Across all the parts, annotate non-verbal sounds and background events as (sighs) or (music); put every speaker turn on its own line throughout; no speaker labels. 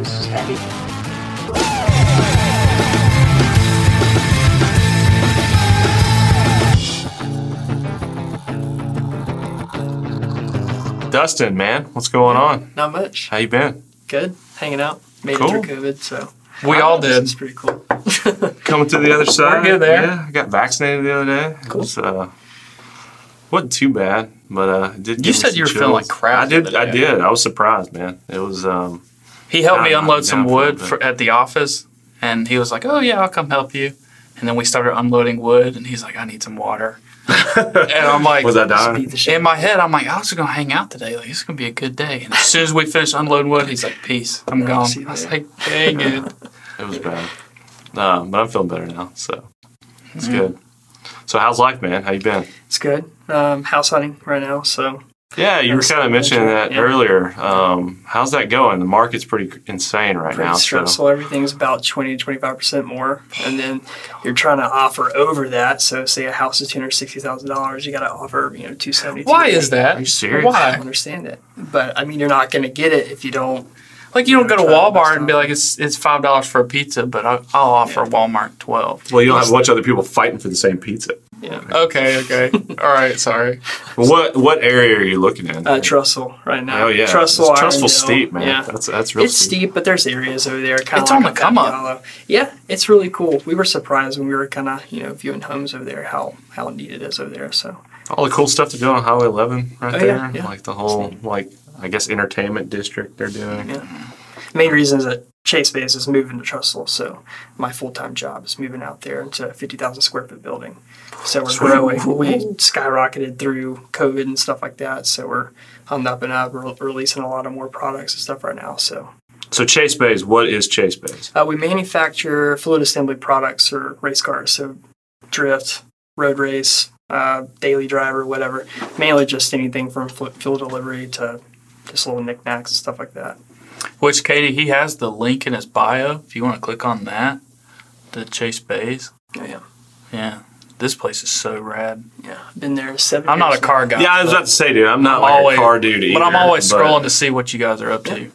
ready.
Dustin, man, what's going on?
Not much.
How you been?
Good. Hanging out. Made
Cool.
it through COVID, so
We all did.
It's pretty cool.
Coming to the other side.
good there.
Yeah, I got vaccinated the other day. It
Cool.
was, uh, wasn't too bad, but uh, it did. give me
said
some
you were feeling like
chills.
crap
I did.
the other
I
day.
did. I was surprised, man. It was. um
He helped me
Nah,
unload some
down for a
wood
bit.
for, at the office, and he was like, "Oh yeah, I'll come help you." And then we started unloading wood, and he's like, "I need some water." and I'm like,
Was I dying?
Beat the shit.
In my head, I'm like, "I was gonna hang out today. Like, it's gonna be a good day." And as soon as we finished unloading wood, he's like, "Peace, I'm gone."
see you
I was
later.
like,
(laughs)
"Dang it!"
It was bad. Um, but I'm feeling better now, so it's good. So how's life, man? How you been?
It's good. Um, house hunting right now, so
Yeah, you were
That's-
kind of mentioning that
yeah.
earlier. Um, how's that going? The market's pretty insane right
pretty
now. So
stressful. Everything's about 20 to 25% more. And then you're trying to offer over that. So, say a house is $260,000, you got to offer, you know, 270
Why is that?
Are you serious?
I don't
Why?
understand it. But, I mean, you're not going to get it if you don't.
Like, you don't go to
Try the best
Walmart and be
time.
like, "It's it's five dollars for a pizza," but I'll, I'll offer
Yeah.
Walmart twelve.
well, you don't have a bunch of other people fighting for the same pizza.
Okay,
(laughs)
okay, all right, sorry.
Well, What what area are you looking in?
Uh, Trussell right now.
Oh yeah,
Trussell,
It's Trustful
Irondale.
steep, man.
Yeah.
That's that's real
it's steep. but there's areas over there. Kind
It's
of
on
like
the come up.
Valhalla. Yeah, it's really cool. We were surprised when we were kind of you know viewing homes over there how how neat it is over there. So
All the cool stuff to do on Highway 11 right
Oh,
there,
yeah, yeah.
like the whole like I guess entertainment district they're doing.
Yeah. main reason is that Chase Base is moving to Trussell, so my full time job is moving out there into a fifty thousand square foot building. So we're growing. We skyrocketed through COVID and stuff like that. So we're on the up and up. We're re- releasing a lot of more products and stuff right now. So
So Chase Bays, what is Chase Bays?
Uh, we manufacture fluid assembly products for race cars, so drift, road race, uh, daily driver, whatever. Mainly just anything from fl- fuel delivery to just little knickknacks and stuff like that.
Which Katie, he has the link in his bio. If you want to click on that, the Chase Bays.
Oh, yeah.
Yeah, this place is so rad.
Yeah. I've been there seven
I'm not a
years
car guy.
Yeah, I was
but
about to say, dude, I'm not
I'm
like a car dude either.
But I'm always scrolling to see what you guys are up to.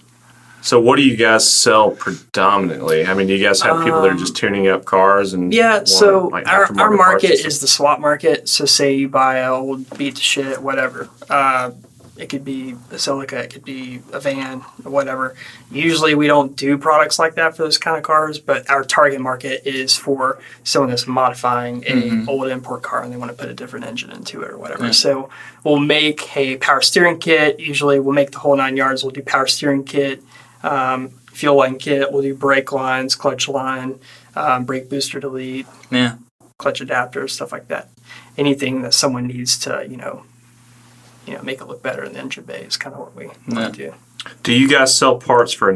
So what do you guys sell predominantly? I mean, do you guys have people that are just tuning up cars and
Um, Yeah,
want,
so
like,
our, our
aftermarket parts and
market
stuff?
is the swap market. So say you buy a old beat to shit, whatever. Uh, it could be a Celica, it could be a van, whatever. Usually we don't do products like that for those kind of cars, but our target market is for someone that's modifying a
Mm-hmm.
old import car and they want to put a different engine into it or whatever. So we'll make a power steering kit. Usually we'll make the whole nine yards. We'll do power steering kit, um, fuel line kit. We'll do brake lines, clutch line, um, brake booster delete
Yeah.
clutch adapters, stuff like that. Anything that someone needs to, you know, you know, make it look better in the engine bay is kind of what we
Yeah.
want to do.
Do you guys sell parts for a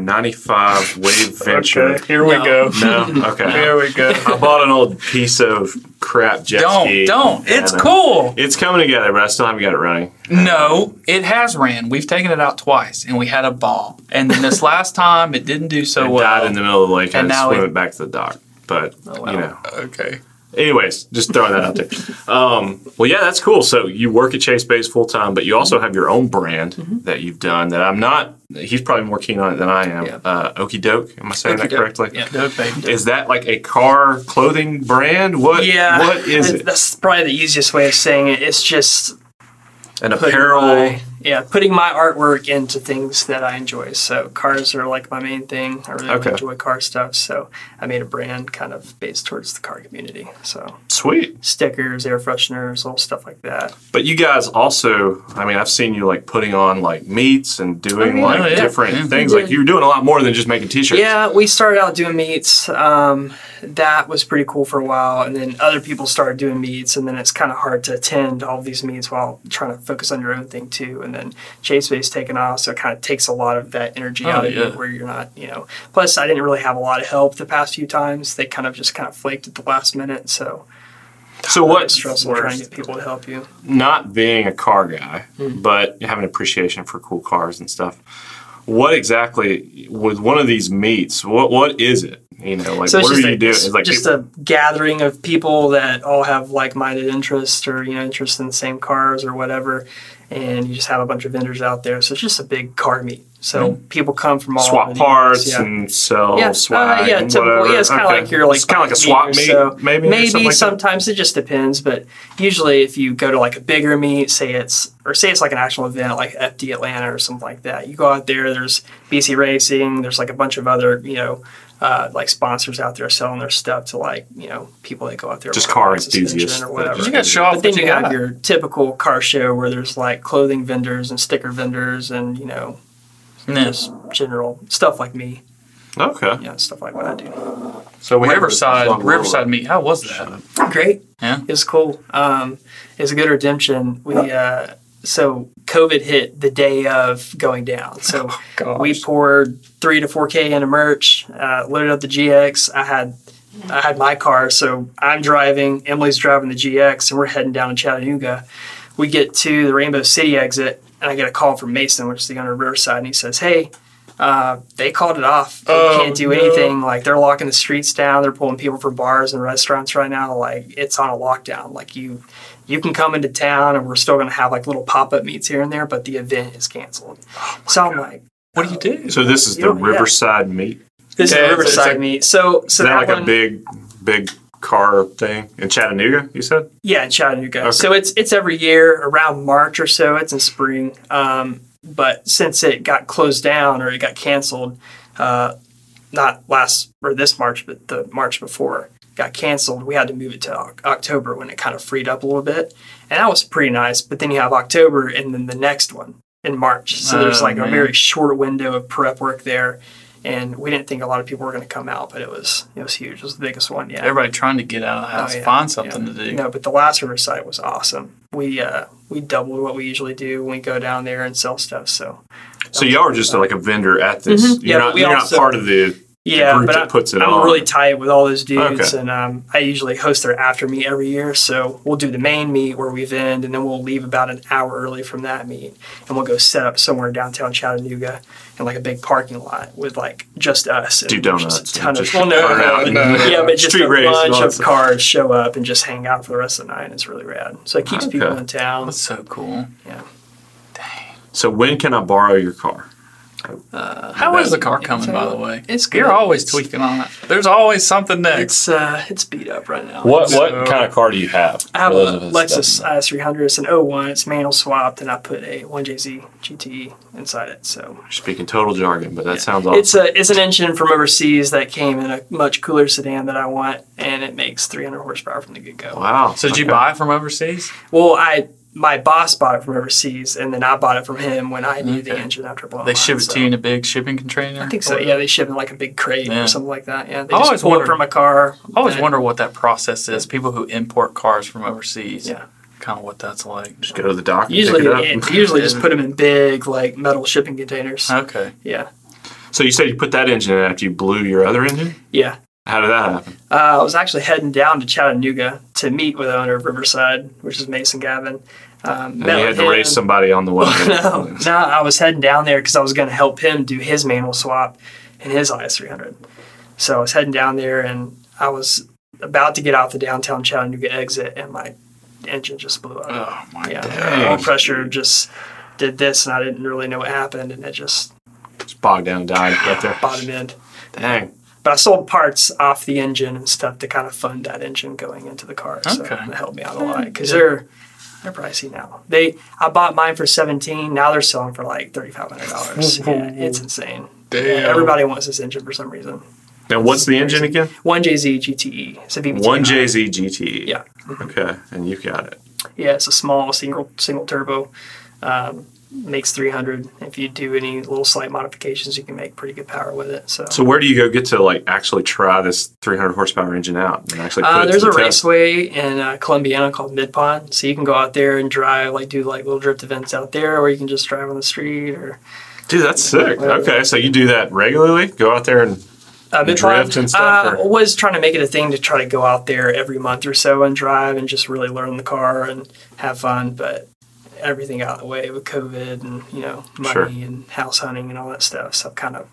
(laughs)
95 Wave Venture?
here
we No. go.
No.
(laughs)
Okay.
Here we go.
I bought an old piece of crap jet
Don't,
ski.
don't.
Yeah,
It's
no.
cool.
It's coming together, but I still haven't got it running.
No, it has ran. We've taken it out twice and we had a ball. And then this last time it didn't do so
It
Oh, well.
died in the middle of the lake,
and
and, I
now
swim
we-
it back to the dock. But
Oh, wow.
you know,
okay.
anyways, just throwing that out there. Um, well, yeah, that's cool. So you work at Chase Base full time, but you also
Mm-hmm.
have your own brand that you've done. That I'm not. He's probably more keen on it than I am.
Yeah.
Uh, Okie doke. Am I saying that
Okey-doke.
correctly?
Yeah,
(laughs)
do it, babe.
Is that like a car clothing brand? What?
Yeah,
What is
that-
it?
That's probably the easiest way of saying it. It's just
An
putting
apparel.
my, yeah, putting my artwork into things that I enjoy. So cars are like my main thing. I really
Okay.
enjoy car stuff. So I made a brand kind of based towards the car community. So
Sweet.
stickers, air fresheners, little stuff like that.
But you guys also, I mean, I've seen you like putting on like meets and doing
yeah.
like
Oh, yeah.
different
Yeah.
things. Like you're doing a lot more than just making t-shirts.
Yeah, we started out doing meets. Um, that was pretty cool for a while, and then other people started doing meets, and then it's kind of hard to attend all these meets while trying to focus on your own thing too. And then Chase Bay's taken off, so it kind of takes a lot of that energy
Oh,
out of
yeah.
you, where you're not, you know. Plus, I didn't really have a lot of help the past few times. They kind of just kind of flaked at the last minute, so
So what?
it's stressful trying to get people to help you.
not being a car guy, but having appreciation for cool cars and stuff. What exactly with one of these meets? What what is it? You know, like
So it's
what are
just,
you
a,
doing? It's like
just
people-
a gathering of people that all have like-minded interests or you know interests in the same cars or whatever, and you just have a bunch of vendors out there. So it's just a big car meet. So people come from all over
Mm-hmm. swap
the US,
parts
yeah.
and sell
Yeah, uh,
swag.
yeah,
and
typical.
whatever.
Yeah, it's kinda
Okay.
like you're, like,
it's kind of like a
buying
swap
meat or
meet,
so.
maybe. or something
Maybe
like that?
sometimes it just depends, but usually if you go to like a bigger meet, say it's or say it's like an actual event like FD Atlanta or something like that, you go out there. There's BC Racing. There's like a bunch of other you know uh, like sponsors out there selling their stuff to like you know people that go out there
Just
with
car
like suspension or
enthusiasts that-
You
whatever.
got to show off
But then
what you
you have
got.
your typical car show where there's like clothing vendors and sticker vendors and you know
Yeah.
just general stuff like me,
Okay.
you know, stuff like what I do.
So
we have a
Riverside,
plug
Riverside
over.
meet. How was that?
Great.
Yeah.
It was cool. Um, it was a good redemption. We uh, so COVID hit the day of going down. So
gosh.
we poured three to four k into merch, uh, loaded up the GX. I had I had my car, so I'm driving. Emily's driving the GX, and we're heading down to Chattanooga. We get to the Rainbow City exit, and I get a call from Mason, which is the owner of Riverside, and he says, "Hey." Uh, they called it off. They
Oh,
can't do
no.
anything. Like they're locking the streets down. They're pulling people from bars and restaurants right now. Like it's on a lockdown. Like you, you can come into town, and we're still gonna have like little pop up meets here and there, but the event is canceled.
Oh
so I'm like,
What do you do?
So this is
You
the
don't- yeah.
Riverside meet.
this
Yeah,
is
it's-
Riverside
it's like-
meet. So,
Is
so
that
that,
like
one,
a big, big car thing in Chattanooga? You said.
yeah, in Chattanooga.
Okay.
So it's it's every year around March or so. It's in spring. Um, but since it got closed down or it got canceled, uh, not last or this March, but the March before got canceled, we had to move it to Oc- October when it kind of freed up a little bit, and that was pretty nice. But then you have October and then the next one in March, so there's
Oh,
like
man.
a very short window of prep work there. And we didn't think a lot of people were going to come out, but it was it was huge. It was the biggest one yet.
Everybody trying to get out of the house,
Oh, yeah.
find something to do.
No, but the last Riverside was awesome. We uh, we doubled what we usually do when we go down there and sell stuff. So
So y'all are just like a vendor at this.
Mhm. Um,
You're
Yeah,
not.
we
You're
also-
not part of the.
yeah,
group
but
that
I,
puts it
I'm
on.
really tight with all those dudes,
Okay.
and um, I usually host their after meet every year. So we'll do the main meet where we vend, and then we'll leave about an hour early from that meet, and we'll go set up somewhere downtown Chattanooga in like a big parking lot with like just us. and
Do
there's
donuts
Just a
and
ton
just
of well, no,
burn out
no,
and-
no, yeah, but just
Street
a
race and all
bunch
that
of
stuff.
cars show up and just hang out for the rest of the night. It's really rad. So it keeps people
Okay.
in town.
That's so cool.
Yeah.
So when can I borrow your car?
Uh,
How
That-
is the car coming, by the way?
It's good.
You're always tweaking on it. There's always something
It's
next.
uh, it's beat up right now.
What
So-
What kind of car do you have?
I have
For those
a
of us
Lexus
that-
IS 300. It's an 01. It's manual swapped, and I put a 1JZ GTE E inside it. So
Speaking total jargon, but that sounds awesome.
it's a it's an engine from overseas that came in a much cooler sedan that I want, and it makes 300 horsepower from the get go.
wow.
So did you
okay.
buy it from overseas?
Well, I my boss bought it from overseas, and then I bought it from him when I needed the
Okay.
engine after blowing.
They ship it
so.
to you in a big shipping container.
I think so. Yeah, they ship in like a big crate
Yeah.
or something like that. Yeah, they
I
just
always
pull
wondered-
it from a car.
I always
and-
wonder what that process is. People who import cars from overseas.
Yeah.
Kind of what that's like.
Just go to the dock. and
Usually,
pick it up. (laughs)
it, usually just put them in big like metal shipping containers.
Okay.
Yeah,
So you said you put that engine in after you blew your other engine?
yeah.
How did that happen?
Uh, I was actually heading down to Chattanooga to meet with the owner of Riverside, which is Mason Gavin. Um,
And
met
you
with
had to
him.
race
(laughs)
somebody on the way.
no, no, I was heading down there because I was going to help him do his manual swap in his IS 300. So I was heading down there and I was about to get out the downtown Chattanooga exit and my engine just blew up.
Oh my
yeah,
dang.
oil pressure just did this and I didn't really know what happened and it just
Just bogged down and died right there.
bottom end.
Dang.
But I sold parts off the engine and stuff to kind of fund that engine going into the car. So
Okay.
that helped me out a lot because they're they're pricey now. They I bought mine for seventeen. Now they're selling for like thirty five hundred dollars. yeah, it's insane. Yeah, everybody wants this engine for some reason.
Now what's the engine again?
One JZ GTE. E, It's a VVT.
One JZ GTE.
Yeah.
Okay. And you've got it.
Yeah, it's a small single single turbo. Um, makes 300 if you do any little slight modifications you can make pretty good power with it so,
So where do you go get to like actually try this 300 horsepower engine out and actually put
Uh,
it
there's
to
a
the test?
raceway in uh, Columbiana called Mid Pond, so you can go out there and drive, like do like little drift events out there, or you can just drive on the street. Or
Dude, that's sick. Okay. So you do that regularly? Go out there and
uh, Mid Pond
Drift and stuff,
Uh,
or-
was trying to make it a thing to try to go out there every month or so and drive and just really learn the car and have fun, but everything got in the way with COVID and you know money
Sure.
and house hunting and all that stuff. So I've kind of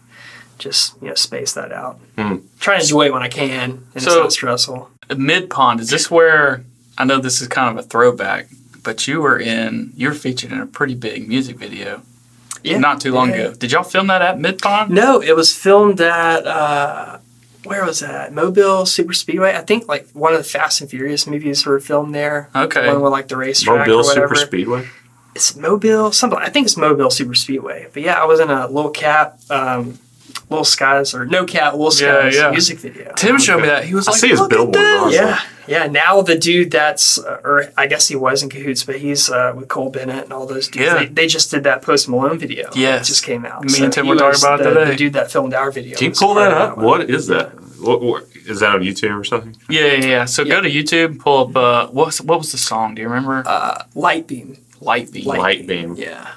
just you know spaced that out.
Hmm.
Try to enjoy it when I can, and it's
So-
not stressful.
Mid Pond, is this where I know this is kind of a throwback, but you were in you're featured in a pretty big music video.
Yeah.
not too long
Yeah.
ago. Did y'all film that at Mid Pond?
No, it was filmed at uh, where was that? Mobile Super Speedway. I think like one of the Fast and Furious movies were filmed there.
Okay.
One with like the racetrack
Mobile
or whatever.
Super Speedway.
it's Mobile something. I think it's Mobile Super Speedway. But yeah, I was in a little cat, um, little skies or no cat, little
Yeah,
skies
yeah.
music video.
Tim showed me that. He was
I
like,
see his
"Look at
billboard,
this."
honestly.
Yeah, yeah. Now the dude that's, uh, or I guess he was in cahoots, but he's uh, with Cole Bennett and all those dudes.
Yeah.
They, they just did that Post Malone video.
Yes.
It just came out.
Me and Tim
he
were talking
was
about it
the,
today.
The dude that filmed our video.
Can you
was
pull
part
that
of
up?
one.
What is that? What, what is that on YouTube or something?
Yeah, yeah, yeah. So go to YouTube, and pull up uh, what was, what was the song? Do you remember?
Uh, light beam.
Light Beam.
Light Beam.
Yeah.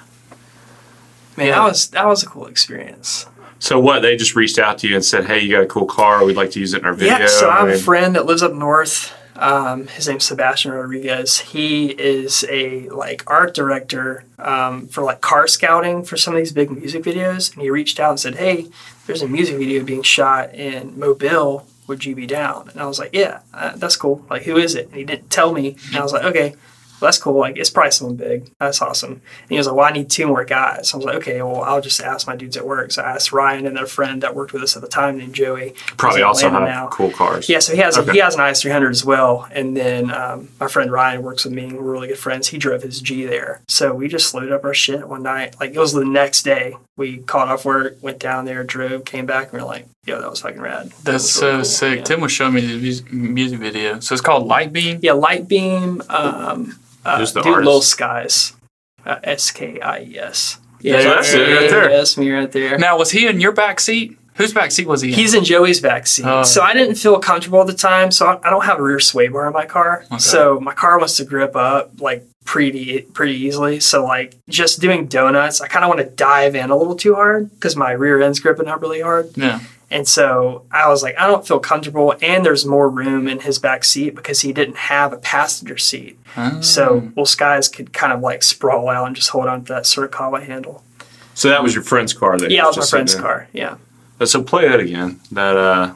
Man,
Yeah.
that was that was a cool experience.
So what? They just reached out to you and said, "Hey, you got a cool car. We'd like to use it in our video."
Yeah, so I have a
and-
friend that lives up north. Um, his name's Sebastian Rodriguez. He is a like art director um, for like car scouting for some of these big music videos, and he reached out and said, "Hey, there's a music video being shot in Mobile. Would you be down?" And I was like, "Yeah, uh, that's cool. Like, who is it?" And he didn't tell me, and I was like, "Okay." well, That's cool. Like, it's probably someone big. That's awesome. And he was like, Well, I need two more guys. So I was like, Okay, well, I'll just ask my dudes at work. So I asked Ryan and their friend that worked with us at the time named Joey. He's
probably
in
also have
Atlanta now.
cool cars.
Yeah, so he has
Okay.
he has an IS three hundred as well, and then um, my friend Ryan works with me. and We're really good friends. He drove his G there, so we just loaded up our shit one night. Like it was the next day. We called off work, went down there, drove, came back, and we were like, "Yo, that was fucking rad." That
That's
was
so
really cool,
sick.
yeah.
Tim was showing me the music, music video. So it's called Light Beam.
Yeah, light beam. Um, uh,
Who's the
dude,
artist?
Lil Skies, uh, S K I E S.
Yeah,
So that's it right there.
That's me right there.
Now was he in your back seat? Whose back seat was he in?
He's in Joey's back seat.
Oh.
so I didn't feel comfortable at the time. So I, I don't have a rear sway bar in my car.
Okay.
So my car wants to grip up like pretty pretty easily. So like just doing donuts, I kind of want to dive in a little too hard because my rear end's gripping up really hard.
yeah.
And so I was like, I don't feel comfortable. And there's more room in his back seat because he didn't have a passenger seat.
Oh.
So well, Skies could kind of like sprawl out and just hold on to that Surikawa handle.
So that was your friend's car. That
Yeah,
you
that was my
just
friend's
said there.
car. Yeah.
So play that again. That uh,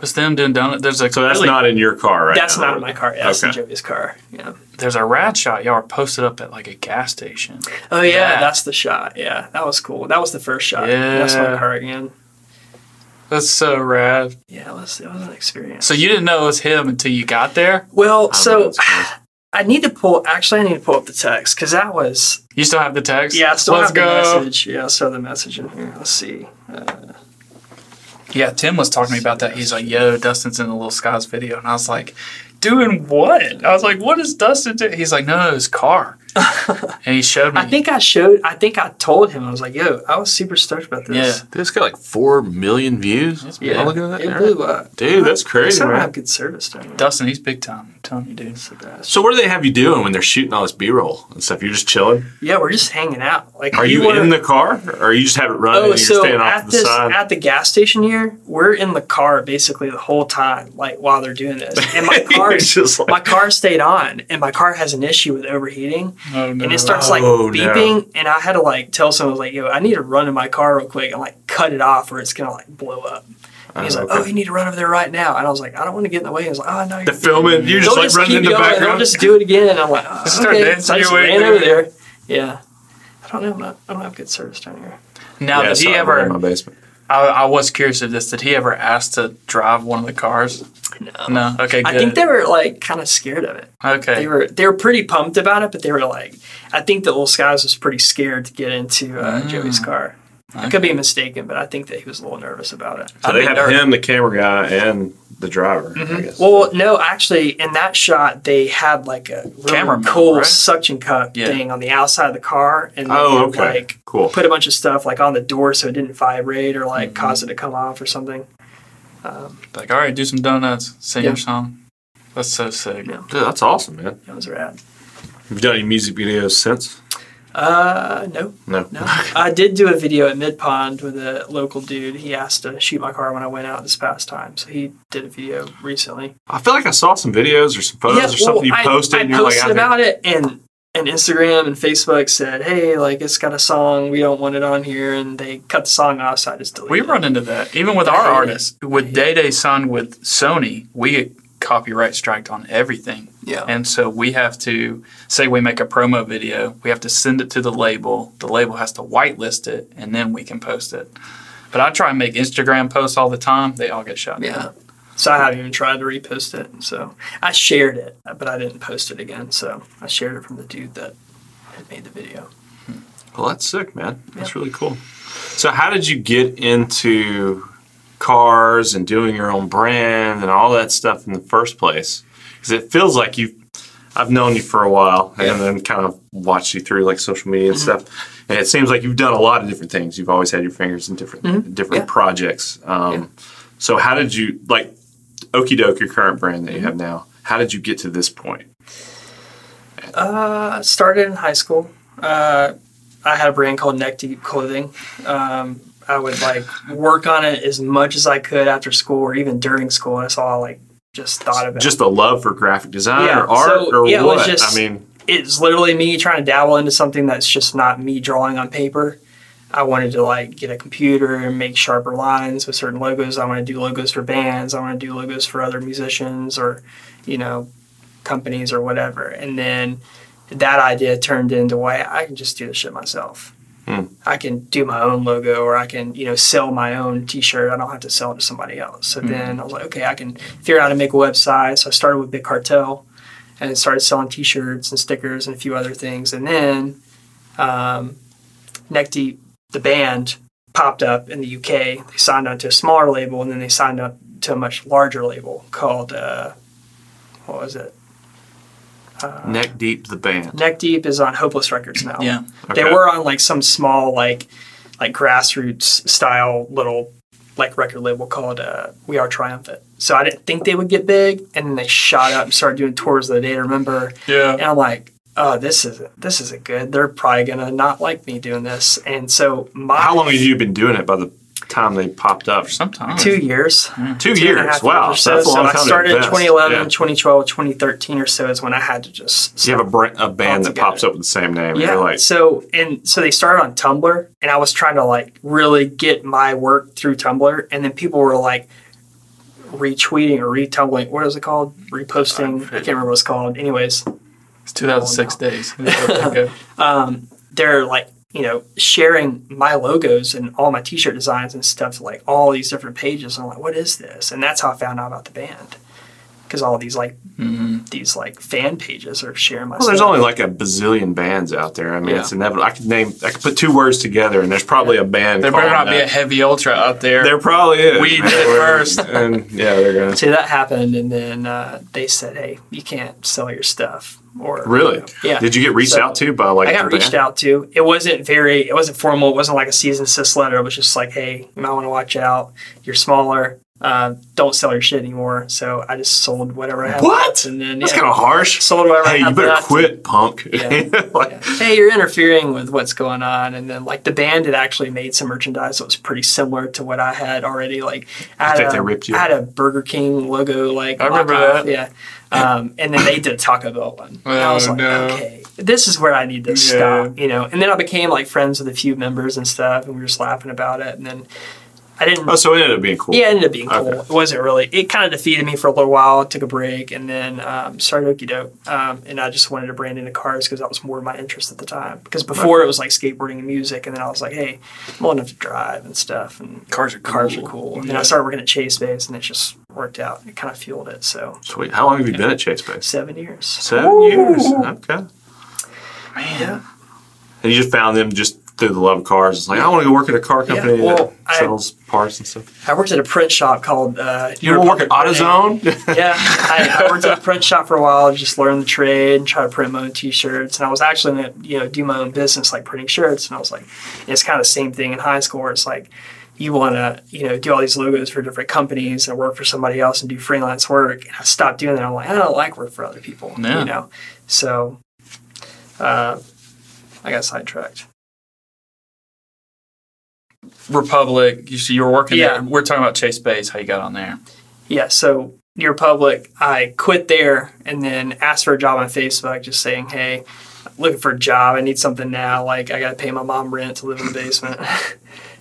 was them doing donut. There's a
so that's
really-
not in your car, right?
That's
now.
not in my car. Yeah, That's in
Okay.
Joey's car. Yeah.
there's a rad shot y'all are posted up at like a gas station.
Oh yeah,
Yeah.
that's the shot. Yeah, that was cool. That was the first shot. That's
Yeah.
my car again.
That's so rad.
Yeah, it was it was an experience.
So you didn't know it was him until you got there.
well,
I don't know
so
that's (sighs) crazy.
I need to pull. Actually, I need to pull up the text because that was
You still have the text.
yeah. I still
Let's
have
go.
the message. Yeah, I still have the message in here. Let's see.
Yeah, Tim was talking to me about that. He's like, "Yo, Dustin's in the Little Skies video," and I was like, "Doing what?" I was like, "What is Dustin doing?" He's like, "No, no, his car."
(laughs)
and he showed me.
I think I showed. I think I told him. I was like, "Yo, I was super stoked about this."
Yeah.
This got like four million views.
big.
Am I looking at that?
it blew up.
Dude, that's crazy,
I don't
man.
have good service down there.
Dustin, he's big time. I'm telling you, dude.
Sebastian.
So what do they have you doing when they're shooting all this B-roll and stuff? You're just chilling.
Yeah, we're just hanging out. Like,
Are
we
you
were-
in the car, or you just have it running
Oh,
and you're
so
staying off
at
to the
this
side?
at the gas station here, we're in the car basically the whole time, like while they're doing this. And
(laughs)
my car,
It's just like-
my car stayed on, and my car has an issue with overheating,
Oh no!
and it starts like
Oh, no.
beeping, and I had to like tell someone I was like, "Yo, I need to run in my car real quick and like cut it off, or it's gonna like blow up." And he's
Oh,
like,
okay.
"Oh, you need to run over there right now," and I was like, "I don't want to get in the way." He was like, "Oh no,
the
you're
filming, you're just
They'll
like running
keep
in the
going, they'll
background.
just do it again. And I'm
(laughs)
like, oh,
Start
okay.
dancing
So I
your
just
way
ran over
through.
there. Yeah. I don't know. I'm not, I don't have good service down here.
now,
Yeah,
did he
sorry, we're in my
ever?
basement?
I, I was curious of this. Did he ever ask to drive one of the cars? No. Okay. Good.
I
uh,
think they were like kind of scared of it.
Okay.
They were they were pretty pumped about it, but they were like, I think that Little Skies was pretty scared to get into uh,
Mm.
Joey's car. I could be mistaken, but I think that he was a little nervous about it.
So
I'd
they
be
have
nervous.
him, the camera guy, and the driver. I guess.
Mm-hmm. Well, no, actually, in that shot, they had like a really
Cameraman,
cool
right?
suction cup
Yeah.
thing on the outside of the car, and they
oh,
had,
okay,
like
cool. Mm-hmm.
put a bunch of stuff like on the door so it didn't vibrate or like cause it to come off or something.
Like, all right, do some donuts, sing
Yeah.
your song. That's so sick.
Yeah.
Dude, that's awesome, man.
That was rad.
Have you done any music videos since?
Uh, no,
No.
No, I did do a video at Mid Pond with a local dude. He asked to shoot my car when I went out this past time, so he did a video recently.
I feel like I saw some videos or some photos or something you
I-
posted.
I,
and you're
posted
like, I
about it, and and Instagram and Facebook said, "Hey, like it's got a song. We don't want it on here," and they cut the song off, so I just deleted.
We
it.
run into that even with our artists. With Day Day signed with Sony, we get copyright striked on everything.
Yeah.
And so we have to say we make a promo video, we have to send it to the label. The label has to whitelist it, and then we can post it. But I try and make Instagram posts all the time. They all get shot down.
Yeah. So I haven't even tried to repost it. So I shared it, but I didn't post it again. So I shared it from the dude that had made the video.
Well, that's sick, man. That's really cool. So, how did you get into cars and doing your own brand and all that stuff in the first place? Because it feels like you, I've known you for a while and then kind of watched you through like social media
Mm-hmm.
and stuff. And it seems like you've done a lot of different things. You've always had your fingers in different different
Mm-hmm. Yeah.
projects. Um, So, how did you like Okie Doke, your current brand
Mm-hmm.
that you have now? How did you get to this point?
Uh, started in high school. Uh, I had a brand called Neck Deep Clothing. Um, I would like work on it as much as I could after school or even during school. That's all I like just thought about.
Just a love for graphic design
Yeah,
or art
so,
or
yeah, it was
what?
just-
I mean,
it's literally me trying to dabble into something that's just not me drawing on paper. I wanted to like get a computer and make sharper lines with certain logos. I want to do logos for bands. I want to do logos for other musicians or, you know, companies or whatever. And then that idea turned into why I can just do this shit myself.
Hmm.
I can do my own logo or I can, you know, sell my own t shirt. I don't have to sell it to somebody else. So then I was like, okay, I can figure out how to make a website. So I started with Big Cartel and started selling T-shirts and stickers and a few other things. And then um, Neck Deep, the band, popped up in the UK. They signed on to a smaller label, and then they signed up to a much larger label called uh, what was it?
Neck Deep the band.
Neck Deep is on Hopeless Records now.
Yeah.
They
Okay.
were on like some small like like grassroots style little like record label called uh, We Are Triumphant. So I didn't think they would get big, and then they shot up and started doing tours of the day. I remember
Yeah.
and I'm like, oh, this isn't this isn't good. They're probably gonna not like me doing this. And so my
How long have you been doing it by the time they popped up?
Sometimes.
two years.
Two
Mm-hmm. two and a
years.
half
Wow.
or so.
that's a long
so
time
I
to
started in
invest.
2011,
Yeah.
2012, 2013 or so is when I had to just
You have a, brand, a band that
Altogether.
pops up with the same name. And
yeah.
you're like,
so and so they started on Tumblr, and I was trying to like really get my work through Tumblr, and then people were like retweeting or retumbling. What is it called? Reposting. I can't remember what it's called. Anyways, (laughs)
It's 2006 days. Okay.
um, they're like you know sharing my logos and all my t-shirt designs and stuff to like all these different pages and i'm like what is this and that's how i found out about the band because all these like these like fan pages are sharing my
Mm-hmm. well, there's
stuff.
only like a bazillion bands out there. I mean,
Yeah.
it's inevitable. I could name, I could put two words together, and there's probably a band.
There better
called
not be a
that.
heavy ultra out there.
There probably is.
We
man.
did it
(laughs)
first.
and yeah, they're gonna.
so that happened and then uh, they said hey you can't sell your stuff or
Really?
Yeah.
Did you get reached
So,
out to by like?
I got
the
reached
band?
out to. It wasn't very, it wasn't formal. It wasn't like a season sis letter. It was just like, hey, you might want to watch out. You're smaller. Uh, don't sell your shit anymore. So I just sold whatever I had.
What?
And then
That's
yeah,
kind of harsh.
sold whatever I
Hey,
had.
you better
left.
quit, punk. (laughs) Like,
Yeah. Hey, you're interfering with what's going on. And then like the band had actually made some merchandise that was pretty similar to what I had already. Like I had,
think
a,
they ripped you?
I had a Burger King logo. Like
I remember
mock-off,
that.
Yeah. Um, and then they did a Taco Bell one. and I
Oh,
was like,
no.
okay, this is where I need to
Yeah.
stop, you know. And then I became like friends with a few members and stuff, and we were just laughing about it. And then I didn't
Oh, so it ended up being cool.
yeah, it ended up being cool.
Okay.
It wasn't really. It kind of defeated me for a little while. Took a break and then um, started Okie Doke. Um, and I just wanted to brand into cars because that was more of my interest at the time. Because before it was like skateboarding and music, and then I was like, hey, I'm old enough to drive and stuff, and
Cars are
cars
cool.
are cool. And then
Yeah.
I started working at Chase Base, and it just worked out. It kind of fueled it. So
Sweet. How long have you been at Chase Base?
seven years.
Seven years. Okay.
Man.
And you just found them just through the love of cars. It's like, I want to go work at a car company
Yeah, well,
that
I-
sells parts and stuff.
I worked at a print shop called. Uh,
You want to work at (laughs) AutoZone?
yeah, I, I worked at a print shop for a while, just learned the trade and try to print my own T-shirts. And I was actually gonna, you know, do my own business like printing shirts. And I was like, it's kind of the same thing in high school where it's like, you want to, you know, do all these logos for different companies and work for somebody else and do freelance work. And I stopped doing that. I'm like, I don't like work for other people,
Yeah.
you know. So, uh, I got sidetracked.
Republic. You, so you were working
Yeah.
there. We're talking about Chase Bays, how you got on there.
Yeah, so New Republic, I quit there and then asked for a job on Facebook, just saying, hey, looking for a job. I need something now. Like, I got to pay my mom rent to live in the basement. (laughs)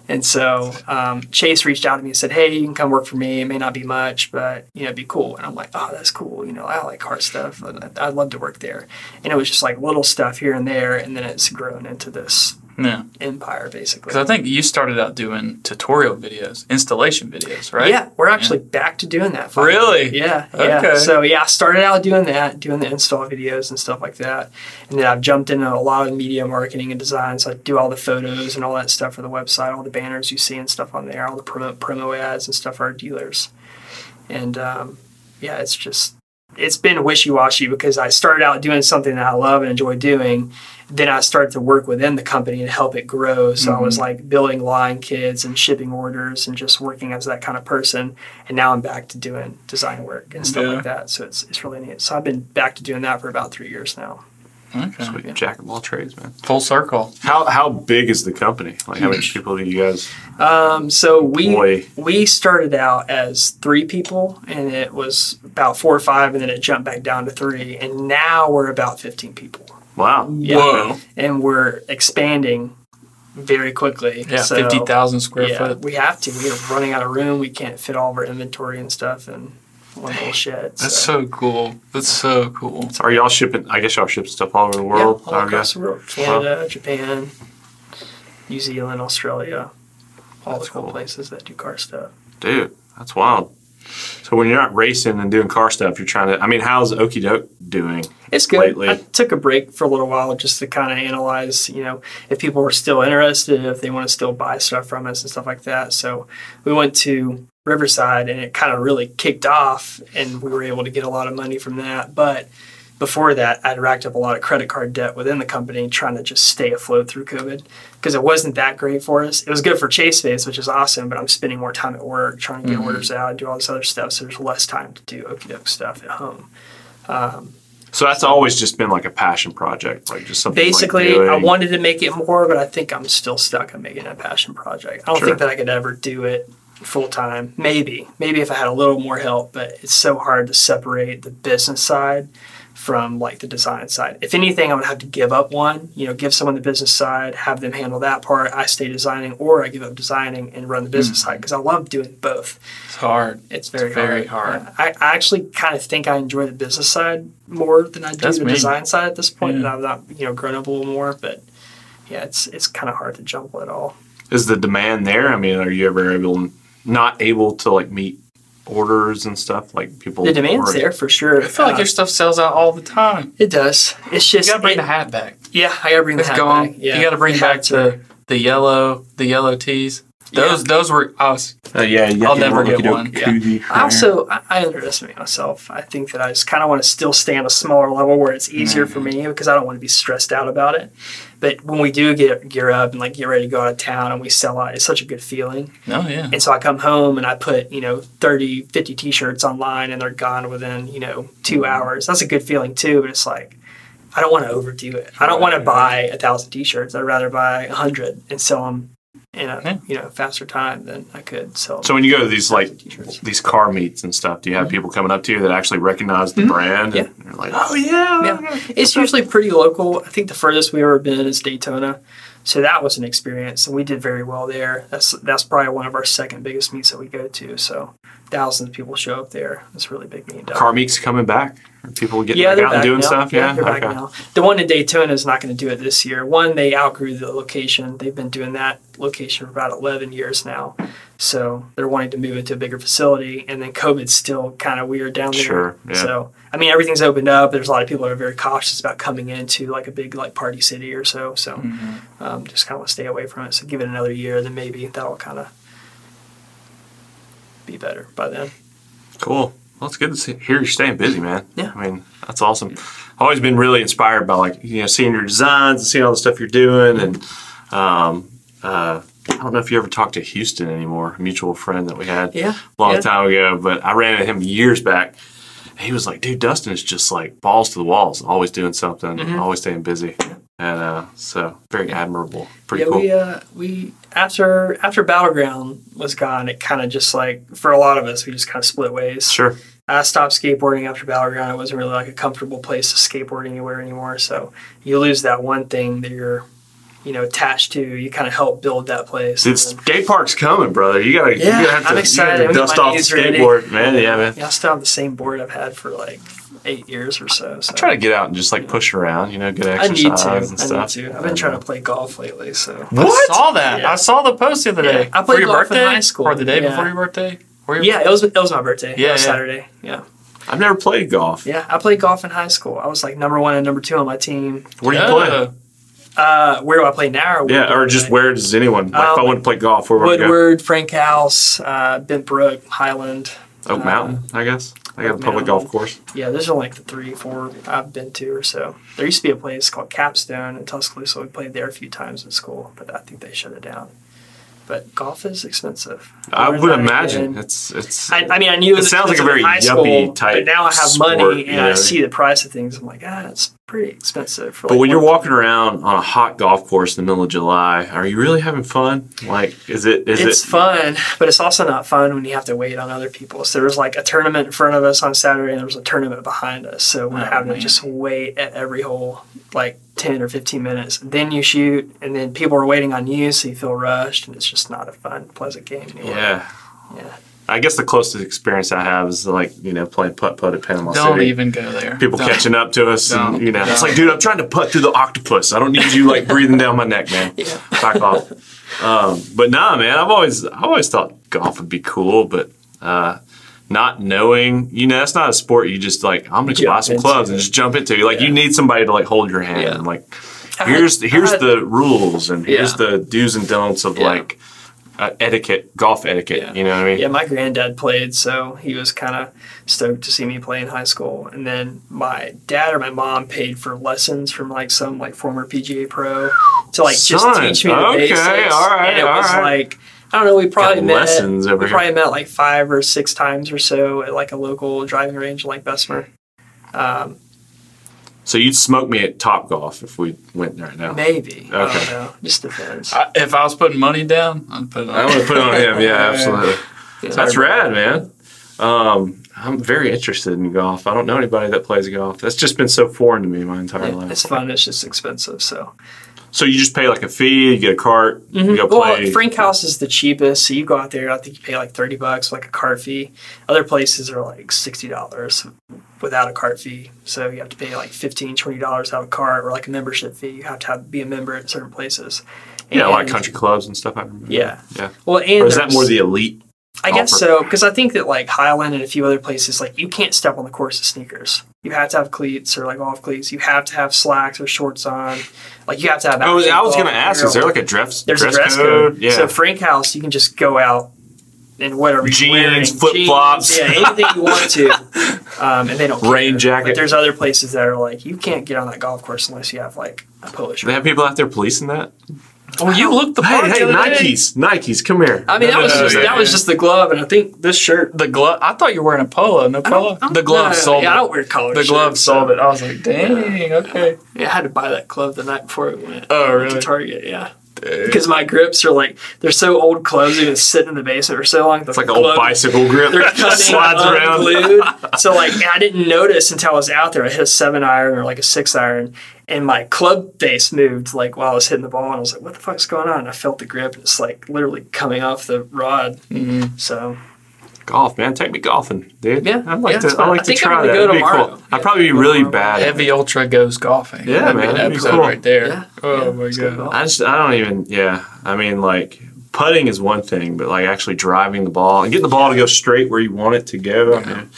And so um, Chase reached out to me and said, "Hey, you can come work for me. It may not be much, but you know, it'd be cool." And I'm like, "Oh, that's cool. You know, I like car stuff. I- I'd love to work there." And it was just like little stuff here and there, and then it's grown into this
Yeah.
empire, basically.
Because I think you started out doing tutorial videos, installation videos, right?
Yeah, we're actually back to doing that. finally.
Really?
Yeah, yeah.
Okay.
So yeah, I started out doing that, doing the install videos and stuff like that, and then I've jumped into a lot of media marketing and design. So I do all the photos and all that stuff for the website, all the banners you see and stuff on there, all the promo, promo ads and stuff for our dealers, and um, yeah, it's just it's been wishy washy because I started out doing something that I love and enjoy doing. Then I started to work within the company and help it grow. So I was like building line kits and shipping orders and just working as that kind of person. And now I'm back to doing design work and stuff
Yeah.
like that. So it's, it's really neat. So I've been back to doing that for about three years now.
Okay.
Sweet. Jack of all trades, man.
Full circle.
How how big is the company? Like how many people do you guys?
Um, so we
Boy.
we started out as three people, and it was about four or five, and then it jumped back down to three, and now we're about fifteen people.
Wow.
Yeah.
Whoa.
and we're expanding very quickly.
Yeah,
So,
50,000 square
yeah,
foot.
We have to. We are running out of room. We can't fit all of our inventory and stuff in one little shed.
That's so cool. That's so cool.
So are y'all shipping? I guess y'all ship stuff all over the
yeah,
world.
all
Okay.
across the world. Canada, Japan, New Zealand, Australia, all
That's
the cool,
cool.
places that do car stuff.
Dude, that's wild. So when you're not racing and doing car stuff, you're trying to. I mean, how's Okie Doke doing?
It's good.
Lately.
I took a break for a little while just to kind of analyze, you know, if people were still interested, if they want to still buy stuff from us and stuff like that. So we went to Riverside and it kind of really kicked off and we were able to get a lot of money from that. But before that, I'd racked up a lot of credit card debt within the company trying to just stay afloat through COVID because it wasn't that great for us. It was good for Chase Face, which is awesome, but I'm spending more time at work trying to get orders out, do all this other stuff. So there's less time to do okey doke stuff at home. Um,
So that's always just been like a passion project, like just something. like
basically i
doing-
wanted to make it more but i think i'm still stuck on making it a passion project i don't
Sure.
think that i could ever do it full time maybe maybe if i had a little more help but it's so hard to separate the business side from like the design side if anything i would have to give up one you know give someone the business side have them handle that part i stay designing or i give up designing and run the
Hmm.
business side because i love doing both
It's hard.
it's very,
very
hard.
hard.
Yeah. I, I actually kind of think I enjoy the business side more than I do
That's
the
me.
design side at this point, and
Yeah.
I've not you know grown up a little more. But yeah, it's it's kind of hard to jumble it all.
Is the demand there? I mean, are you ever able, not able to like meet orders and stuff? Like people.
The demand's
ordering-
there for sure. Uh,
I feel like your stuff sells out all the time.
it does. It's
You
just
gotta bring
it-
the hat back.
yeah, I gotta bring
It's
the hat
gone.
back. Yeah,
You gotta bring
The
back
hats are-
the the yellow the yellow tees. Those those were I was
Oh yeah, yeah.
I'll never get one, yeah.
I also I, I underestimate myself. I think that I just kind of want to still stay on a smaller level where it's easier for me because I don't want to be stressed out about it. But when we do get gear up and like get ready to go out of town and we sell out, it's such a good feeling.
oh yeah.
And so I come home and I put, you know, 30, 50 t shirts online and they're gone within, you know,
Mm-hmm.
2 hours. That's a good feeling too, but it's like, I don't want to overdo it. I don't want to buy a thousand t shirts. I'd rather buy a hundred and sell them in a,
Yeah.
you know, faster time than I could sell.
So when you go to these like
T-shirts.
these car meets and stuff, do you have people coming up to you that actually recognize the brand?
Yeah.
And they're like, oh yeah,
yeah. It's usually pretty local. I think the furthest we've ever been is Daytona. So that was an experience and we did very well there. That's, that's probably one of our second biggest meets that we go to. So thousands of people show up there. It's a really big meet.
car meets coming back. Are people getting back
they're
out and doing
now.
stuff? Yeah,
they're back
okay.
now. The one in Daytona is not going to do it this year. One, they outgrew the location. They've been doing that location for about 11 years now. So they're wanting to move into a bigger facility. And then COVID's still kind of weird down there.
Sure, yeah.
So, I mean, everything's opened up. There's a lot of people that are very cautious about coming into like a big like party city or so. So
Mm-hmm.
um, just kind of want to stay away from it. So give it another year. Then maybe that'll kind of be better by then.
Cool. Well, it's good to see, hear you're staying busy, man.
Yeah.
I mean, that's awesome. I've always been really inspired by like you know seeing your designs and seeing all the stuff you're doing, and um, uh, I don't know if you ever talked to Houston anymore, a mutual friend that we had
Yeah,
a long
yeah.
time ago, but I ran into him years back. And he was like, "Dude, Dustin is just like balls to the walls, always doing something,
Mm-hmm.
always staying busy." And uh, so, very admirable. Pretty
yeah,
cool.
we uh, we after after battleground was gone, it kind of just like for a lot of us, we just kind of split ways.
Sure.
I stopped skateboarding after battleground. It wasn't really like a comfortable place to skateboard anywhere anymore. So you lose that one thing that you're you know attached to. You kind of help build that place.
Dude,
And
skate park's coming, brother. You gotta,
Yeah,
you gotta have to,
I'm
you
excited.
gotta
I'm
dust
getting my
off the
knees ready.
skateboard, man. Yeah, man.
then- yeah, I still have the same board I've had for like eight years or so. so.
I try to get out and just like push around, you know, get
I
exercise
need to. I
and stuff.
need to. I've been trying to play golf lately, so.
I saw that.
Yeah.
I saw the post the other
Yeah.
day.
I played
for your
golf in
birthday
high school.
or the day
Yeah.
before your birthday. Were you-
Yeah, it was it was my birthday.
Yeah,
Yeah,
yeah.
Saturday. Yeah,
I've never played golf.
yeah. I played golf in high school. I was like number one and number two on my team.
Where do you
Yeah.
play?
Uh, where do I play now? Or
Yeah,
do I
or just
play?
where does anyone? Like if I
Um,
want to play golf, where would I go?
Woodward, Frank House, uh, Bent Brook, Highland.
Oak Mountain, I guess. I got a
Oak
public
uh, Mountain.
golf course.
Yeah, those are like the three, four I've been to or so. There used to be a place called Capstone in Tuscaloosa. We played there a few times in school, but I think they shut it down. But golf is expensive.
I
Learned
would
that
imagine
again.
it's it's.
I, I mean, I knew
It
was
sounds like a
expensive
very
in high
yuppie
school,
type
But now I have
sport,
money
you
and
know what I
I see
mean?
the price of things. I'm like, ah, it's pretty expensive. For
but
like
when you're
one-
walking around on a hot golf course in the middle of July, are you really having fun? Like, is it is
it's
it
fun, but it's also not fun when you have to wait on other people. So there was like a tournament in front of us on Saturday, and there was a tournament behind us. So we're
Oh,
having
man.
to just wait at every hole like ten or fifteen minutes. Then you shoot, and then people are waiting on you, so you feel rushed, and it's just not a fun, pleasant game anymore.
Yeah.
Yeah.
I guess the closest experience I have is like, you know, playing putt putt at Panama
Don't
City.
even go there.
People
Don't.
catching up to us and
Don't.
you know it's
Don't.
like, dude, I'm trying to putt through the octopus. I don't need you like breathing down my neck, man.
Yeah.
Back off. Um, but nah, man, I've always I've always thought golf would be cool, but uh not knowing, you know, that's not a sport you just like, I'm gonna go buy
Jump
some
into
clubs and
it.
just jump into. Like you
Yeah.
need somebody to like hold your hand
Yeah.
and like
I had-
here's the,
I
here's
had-
the rules and here's
Yeah.
the do's and don'ts of
Yeah.
like uh, etiquette, golf etiquette.
Yeah.
You know what I mean?
Yeah, my granddad played, so he was kind of stoked to see me play in high school. And then my dad or my mom paid for lessons from like some like former PGA pro to like just
Son,
teach me the
okay,
basics.
all right,
and it
all
was
right.
like I don't know, we probably
Got
met
lessons over
we
here.
probably met like five or six times or so at like a local driving range in like Bessemer. Um,
So you'd smoke me at Top Golf if we went there now.
maybe. I
Oh, Okay.
don't know. Just depends.
I, if I was putting money down, I'd put it on.
I want to put it on him. Yeah, absolutely.
Yeah.
That's rad, man. Um, I'm very interested in golf. I don't know anybody that plays golf. That's just been so foreign to me my entire
Yeah,
life.
It's fun, it's just expensive, so
So you just pay like a fee, you get a cart, you go play.
Mm-hmm. Well, Frank House is the cheapest, so you go out there. I think you pay like thirty bucks, like a cart fee. Other places are like sixty dollars without a cart fee, so you have to pay like 15 dollars out of cart or like a membership fee. You have to have, be a member at certain places.
yeah, like
And-
country clubs and stuff. I remember.
Yeah.
yeah.
Well, and
Or is that
there's-
more the elite?
I guess
offer?
so because I think that like Highland and a few other places, like you can't step on the course in sneakers. You have to have cleats or like golf cleats. You have to have slacks or shorts on. Like you have to have.
Oh,
actual
I was going to
golf
ask.
apparel.
Is there like a dress?
There's
dress,
a dress
code?
code.
Yeah.
So Frank House, you can just go out in whatever you're
Jeans,
wearing.
flip-flops.
jeans, yeah, anything you want
(laughs)
to, um, and they don't care.
Rain jacket.
But there's other places that are like you can't get on that golf course unless you have like a polo
they
shirt.
have people out there policing that.
Well, you looked the part.
Hey, hey,
the other day.
Nikes, Nikes, come here.
I mean,
No,
that was
no,
just
yeah,
that was
yeah.
just the glove, and I think this shirt.
The glove. I thought you were wearing a polo. No
I don't-
polo.
I don't-
The
no,
glove
no, no,
sold
Yeah, I
it.
don't wear college.
The glove
shirts,
sold
so-
it. I was like, dang. Okay.
Yeah, I had to buy that glove the night before it went
Oh,
to
really?
Target. Yeah.
Dude.
Because my grips are like they're so old clubs, they've been sitting in the basement for so long.
It's like an old bicycle grip. (laughs)
they're cutting
Slides around.
unglued. so like I didn't notice until I was out there. I hit a seven iron or like a six iron, and my club face moved like while I was hitting the ball, and I was like, "What the fuck's going on?" And I felt the grip, and it's like literally coming off the rod.
Mhm.
So
Golf, man. Take me golfing, dude.
Yeah,
I'd like
yeah,
to.
it's
I'd
fun.
like
I
to
think I'm
try
gonna
that.
go
It'd be cool.
tomorrow.
I'd probably be really
Tomorrow.
bad. at it.
Heavy Ultra goes golfing.
Yeah,
That'd be
man,
an
that'd be
episode
cool.
right there.
Yeah,
oh
yeah,
my
let's go
god.
golf.
I just. I don't even. Yeah. I mean, like putting is one thing, but like actually driving the ball and getting the ball to go straight where you want it to go. I mean,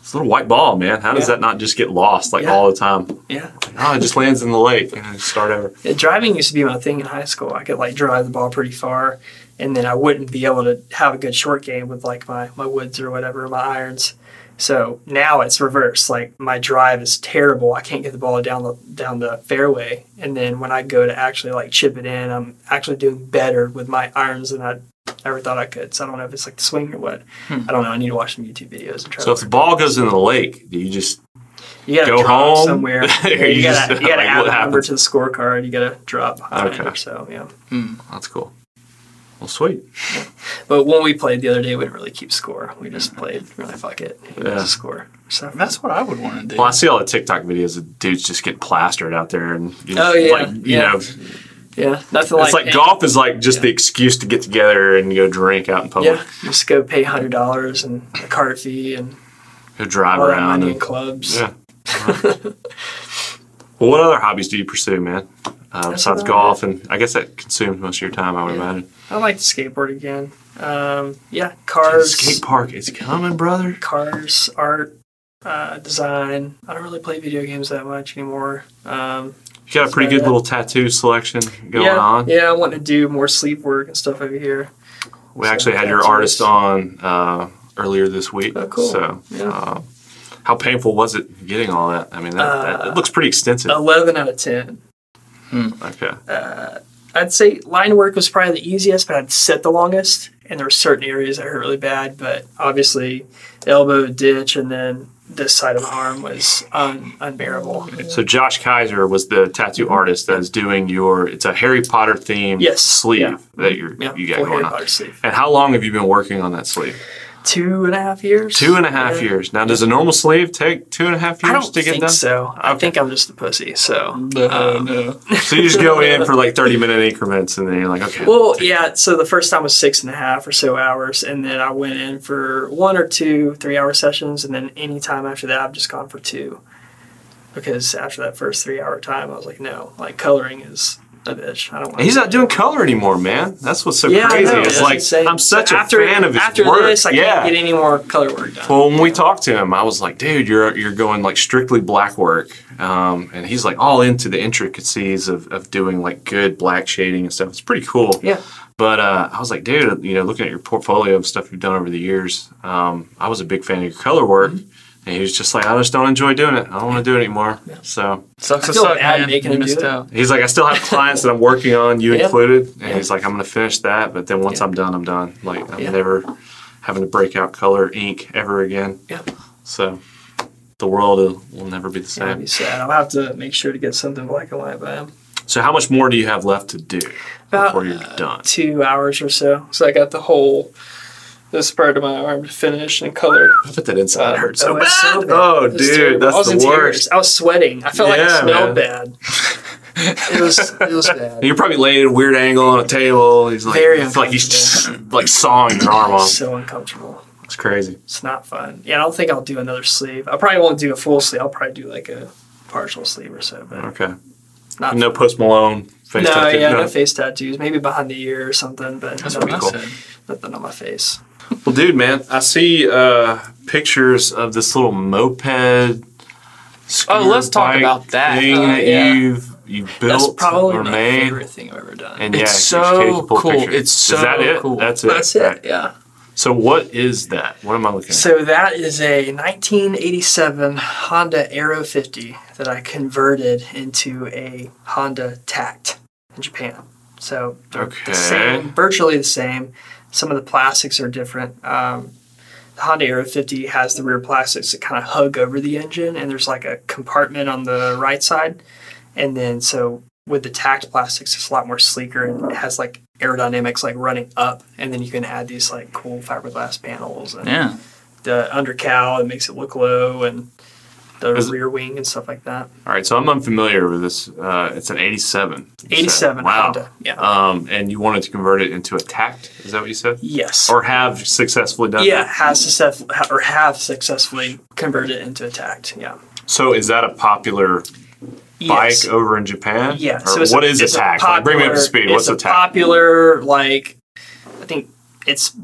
it's a little white ball, man. How does
Yeah.
that not just get lost like
Yeah.
all the time?
yeah,
Oh, it just lands in the lake and then start over.
Yeah, driving used to be my thing in high school. I could like drive the ball pretty far, and then I wouldn't be able to have a good short game with like my my woods or whatever my irons. So now it's reverse. Like my drive is terrible. I can't get the ball down the down the fairway, and then when I go to actually like chip it in, I'm actually doing better with my irons than I ever thought I could. So I don't know if it's like the swing or what. I don't know. I need to watch some YouTube videos and try.
Hmm. So
to
if the ball goes in the lake, do you just
you gotta
Go
drop
home. (laughs)
somewhere. Yeah,
You
you gotta
just-
you gotta
(laughs) like,
what
add a number
happens?
to the scorecard. You gotta drop behind
Okay.
or so. Yeah.
That's cool. Well, sweet.
But when we played the other day, we didn't really keep score. We just played. We're like, fuck it, we
Yeah.
just score. So
That's what I would want to do.
Well, I see all the TikTok videos of dudes just getting plastered out there and you know,
Oh, yeah,
like you
yeah.
know
Yeah, nothing
it's like golf is like just the excuse to get together and go drink out in public,
Yeah, just go pay hundred dollars and a cart fee and
go drive
all that
around.
money in
And,
clubs.
yeah. well, what other hobbies do you pursue, man? Uh, besides
about
golf, and I guess that consumes most of your time, I would
Yeah.
imagine.
I like to skateboard again. Um, yeah, cars,
Skate park is coming, brother.
cars, art, uh, design. I don't really play video games that much anymore. Um,
You got a pretty good little tattoo selection going
yeah,
on.
yeah, I want to do more sleep work and stuff over here.
We
So,
actually had your
that's
artist
nice.
on uh, earlier this week.
Oh, cool.
So,
Yeah.
uh, how painful was it getting all that? I mean, that, that,
Uh,
it looks pretty extensive.
Eleven out of ten.
okay.
I'd say line work was probably the easiest, but I'd sit the longest. And there were certain areas that hurt really bad, but obviously elbow, ditch, and then this side of the arm was un- unbearable.
So Josh Kaiser was the tattoo artist that is doing your. It's a Harry Potter themed
Yes,
sleeve
yeah.
that you're
Yeah,
you got
full
going
Harry
on.
Potter sleeve.
And how long have you been working on that sleeve?
Two and a half years.
Two and a half
Yeah.
years. Now, does a normal sleeve take two and a half
I
years
don't
to get
think
done?
so. I
Okay.
think I'm just a pussy. So,
No, uh, no.
So you just
(laughs)
go in for like thirty minute increments, and then you're like, okay.
well, yeah. So the first time was six and a half or so hours, and then I went in for one or two three-hour sessions, and then any time after that, I've just gone for two, because after that first three-hour time, I was like, no, like coloring is a bitch. I don't want.
And he's not doing color anymore, man. That's what's so
Yeah, I
crazy.
know,
It's
that's
like
insane.
I'm such
So
a
after,
fan of his
after
work.
this, I
yeah.
can't get any more color work done.
Well, when we talked to him, I was like, dude, you're you're going like strictly black work, um, and he's like all into the intricacies of, of doing like good black shading and stuff. It's pretty cool.
yeah,
But uh, I was like, dude, you know, looking at your portfolio of stuff you've done over the years, um, I was a big fan of your color work,
Mm-hmm.
and he was just like, I just don't enjoy doing it. I don't want to do it anymore. So
Sucks
I
to
feel
suck,
bad
man.
making
You
him do
missed
it.
out.
he's like, I still have clients that I'm working on, you
Yeah.
included, and
Yeah.
he's like, I'm gonna finish that, but then once
Yeah.
I'm done, I'm done. Like I'm
Yeah.
never having to break out color ink ever again.
yeah.
So the world will- will never be the
Yeah, I'd
same.
be sad. I'll have to make sure to get something black and white by him.
So how much more do you have left to do
About uh,
before you're done?
two hours or so. So I got the whole this part of my arm to finish and color.
I bet that inside
Uh,
hurt so,
oh,
bad.
it's so bad.
Oh,
It was
dude,
terrible. I
that's
was
the
in
worst.
tears. I was sweating. I felt like
Yeah,
I smelled bad. It was it was (laughs)
And
bad.
(laughs) You're probably laying at a weird angle on a table. He's like,
Very
it's like he's just, like sawing your arm off.
so uncomfortable.
It's crazy.
It's not fun. Yeah, I don't think I'll do another sleeve. I probably won't do a full sleeve. I'll probably do like a partial sleeve or so, but
Okay.
not
Mm. No Post Malone face
no,
tattoo.
yeah, no.
no.
face tattoos. Maybe behind the ear or something, but
That's
nothing,
what I
cool.
said.
nothing on my face.
Well, dude, man, I see uh, pictures of this little moped. scooter
Oh, let's talk
bike
about that.
Thing
Oh,
that
yeah.
you've you built
That's probably
or
my
made.
favorite thing I've ever done.
And yeah,
It's
you just take a
so
full
cool.
picture.
It's so
is that it?
cool.
That's
(laughs)
it.
That's it. Yeah.
So what is that? What am I looking at?
So that is a 1987 Honda Aero 50 that I converted into a Honda Tact in Japan. So they're
Okay.
the same, virtually the same. Some of the plastics are different. Um, the Honda Aero 50 has the rear plastics that kind of hug over the engine, and there's like a compartment on the right side. And then so with the Tact plastics, it's a lot more sleeker and it has like aerodynamics like running up, and then you can add these like cool fiberglass panels and
Yeah.
the undercow that makes it look low and the
Is-
rear wing and stuff like that.
All right, so I'm unfamiliar with this. Uh, it's an 87. you said.
87
Wow.
Honda. Yeah.
Um, and you wanted to convert it into a tact. Is that what you said?
yes.
Or uh, have successfully done?
yeah,
that?
has success or have successfully converted it into a tact. Yeah.
So is that a popular
Yes.
bike over in Japan?
Yeah.
Or what is a tact? like, bring me up to speed.
it's
What's
a
a tact?
Popular, like I think it's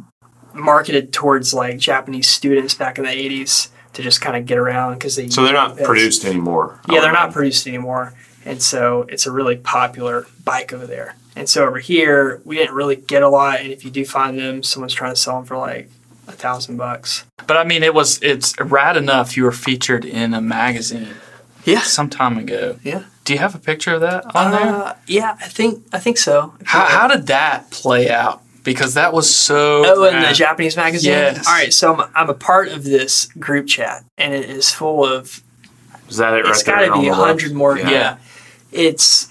marketed towards like Japanese students back in the '80s to just kind of get around because they
so they're not
it's-
produced anymore. I
Yeah, they're
would
not
imagine.
produced anymore. And so it's a really popular bike over there. And so over here, we didn't really get a lot. And if you do find them, someone's trying to sell them for like a thousand bucks.
But I mean, it was it's rad enough. You were featured in a magazine
Yes.
some time ago.
Yeah.
Do you have a picture of that on there?
Uh, yeah, I think I think so.
How, how did that play out? Because that was so.
Oh, in the
rad.
Japanese magazine.
Yes.
All right, so I'm, I'm a part of this group chat, and it is full of
Is that it right
it's
there
got to
on
be
the
a
left?
hundred more.
Yeah.
Yeah.
it's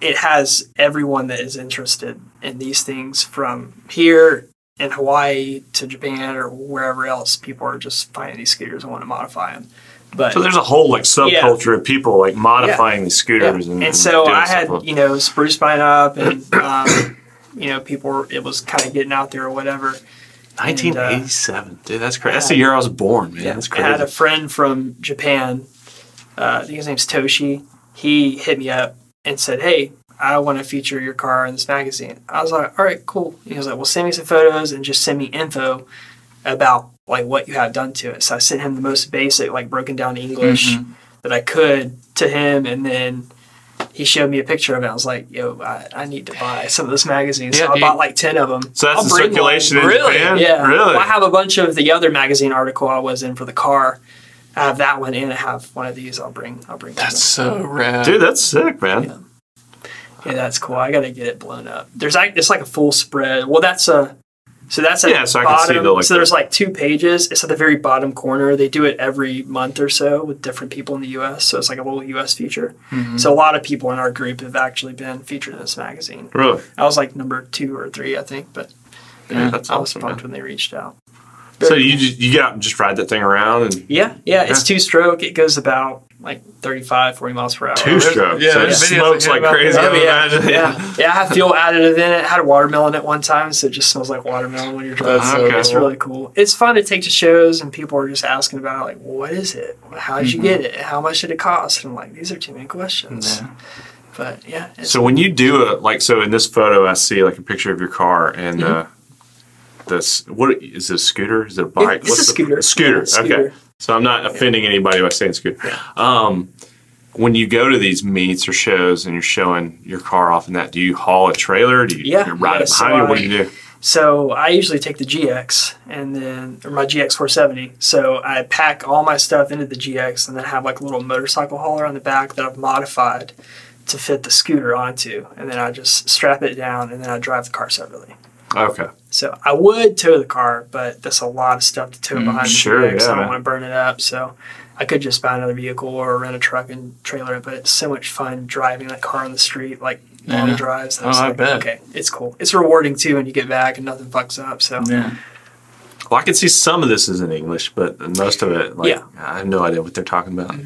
it has everyone that is interested in these things from here in Hawaii to Japan or wherever else. People are just finding these scooters and want to modify them. But
So there's a whole like subculture of people like modifying these
Yeah.
scooters and,
and so
doing
I
stuff with-
had you know spruce pine up and um, you know people were, it was kind of getting out there or whatever. uh,
1987, dude. That's crazy. That's the year I was born, man. that's
I had a
crazy.
friend from Japan. Uh, I think his name's Toshi. He hit me up and said, "Hey, I want to feature your car in this magazine." I was like, "All right, cool." He was like, "Well, send me some photos and just send me info about like what you have done to it." So I sent him the most basic, like broken down English
Mm-hmm.
that I could to him, and then. He showed me a picture of it. I was like, "Yo, I, I need to buy some of this magazine." So
Yeah,
I
dude.
bought like ten of them.
So that's
I'll
the
bring
circulation
one.
in
Really?
Japan?
Yeah.
Really?
Well, I have a bunch of the other magazine article I was in for the car. I have that one and I have one of these. I'll bring. I'll bring.
That's so rad.
Dude, that's sick, man.
Yeah, that's cool. I gotta get it blown up. There's like it's like a full spread. Well, that's a. So that's at
Yeah,
the
so I can see
bottom.
the, like,
so there's like two pages. It's at the very bottom corner. They do it every month or so with different people in the U.S. So it's like a little U.S. feature.
Mm-hmm.
So a lot of people in our group have actually been featured in this magazine.
Really?
I was like number two or three, I think, but
Oh, Yeah, that's
I was
awesome.
pumped
man.
when they reached out.
So you just, you get out and just ride that thing around and
Yeah, yeah, it's two stroke. It goes about like 35, 40 miles per hour. (laughs)
two stroke.
yeah,
so it
there's videos
smokes
I hear
like
about
crazy.
that.
I
Oh,
would
yeah,
imagine.
yeah, yeah. I had fuel additive in it. I had a watermelon at one time, so it just smells like watermelon when you're driving.
That's so
Ah, Okay.
It's
cool.
really cool. It's fun to take to shows, and people are just asking about it, like, "What is it? How did you
Mm-hmm.
get it? How much did it cost?" And I'm like, "These are too many questions."
Yeah.
But yeah, it's,
(laughs) So when you do a like, so in this photo, I see like a picture of your car and uh, this. What is it? A scooter? Is it a bike?
it's a
the-
scooter.
scooter.
Yeah, scooter.
Okay. So I'm not offending anybody by saying scooter. Um, when you go to these meets or shows and you're showing your car off in that, do you haul a trailer? Do you
Yeah,
ride
yeah,
it behind
so
you? What
I-
do you do?
So I usually take the GX and then or my GX 470. So I pack all my stuff into the GX and then have like a little motorcycle hauler on the back that I've modified to fit the scooter onto, and then I just strap it down and then I drive the car separately.
Okay.
So I would tow the car, but that's a lot of stuff to
Mm,
tow behind
sure,
the GX. I
yeah, man.
don't want to burn it up, so I could just buy another vehicle or rent a truck and trailer it. But it's so much fun driving that car on the street, like long
Yeah.
drives.
Oh,
was
I
like,
bet.
Okay, it's cool. It's rewarding too when you get back and nothing fucks up. So
Yeah.
Well, I can see some of this is in English, but most of it, like,
Yeah. Mm-hmm.
I have no idea what they're talking about.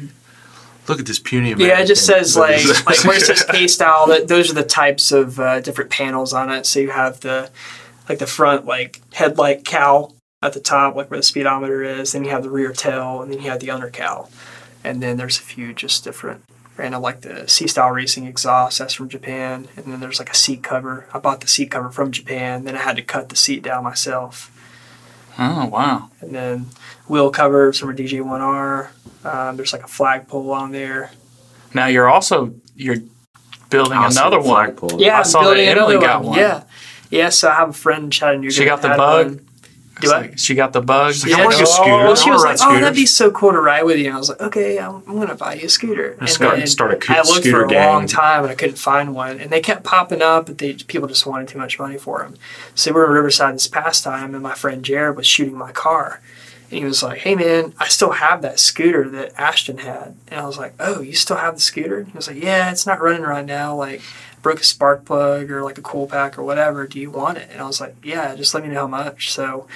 Look at this puny American.
Yeah, it just says
Look at
like
this-
like where it
(laughs)
says K style. That those are the types of uh, different panels on it. So you have the like the front like headlight cowl at the top, like where the speedometer is. Then you have the rear tail, and then you have the under cowl. And then there's a few just different random like the C style racing exhaust. That's from Japan. And then there's like a seat cover. I bought the seat cover from Japan. Then I had to cut the seat down myself
Oh wow.
and then wheel covers from a DJ1R. Um, there's like a flagpole on there.
Now you're also you're building
Awesome
another one.
flagpole.
Yeah,
I
I'm
saw that
building
Emily
another
got one.
Yeah, yeah. So I have a friend in Chattanooga.
She got the
that had
bug?
one.
It's
Do I?
like, she got the bug.
like, I
Yeah,
wanna
she-
go scooter.
Well, she
I
was
wanna
like,
ride
"Oh, that'd be
scooters."
so cool to ride with you." And I was like, "Okay, I'm, I'm gonna buy you a scooter." And
start-
then
start a coot
I looked
scooter
for a
gang.
long time and I couldn't find one, and they kept popping up, but they people just wanted too much money for them. So we were in Riverside this past time, and my friend Jared was shooting my car, and he was like, "Hey man, I still have that scooter that Ashton had," and I was like, "Oh, you still have the scooter?" He was like, "Yeah, it's not running right now, like." broke a spark plug or like a cool pack or whatever. Do you want it? And I was like, yeah, just let me know how much. So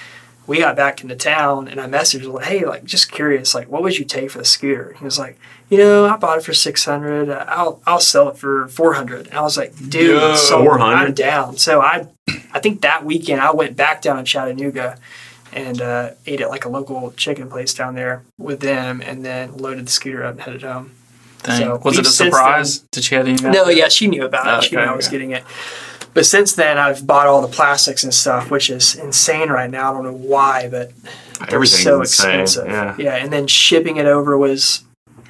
we got back into town and I messaged like, hey, like just curious, like what would you take for the scooter? He was like, you know, I bought it for six hundred. uh, I'll I'll sell it for four hundred. And I was like, dude,
Yo,
so
400?
I'm down. So I, I think that weekend I went back down to Chattanooga. And uh, ate at like a local chicken place down there with them, and then loaded the scooter up and headed home.
Dang.
So
was it
we've
a
since
surprise? Did she have any?
No, yeah, she knew about it.
Oh,
she knew
okay,
I was
okay.
getting it. But since then, I've bought all the plastics and stuff, which is insane right now. I don't know why, but they're
Everything's
so
insane,
expensive.
yeah.
and then shipping it over was,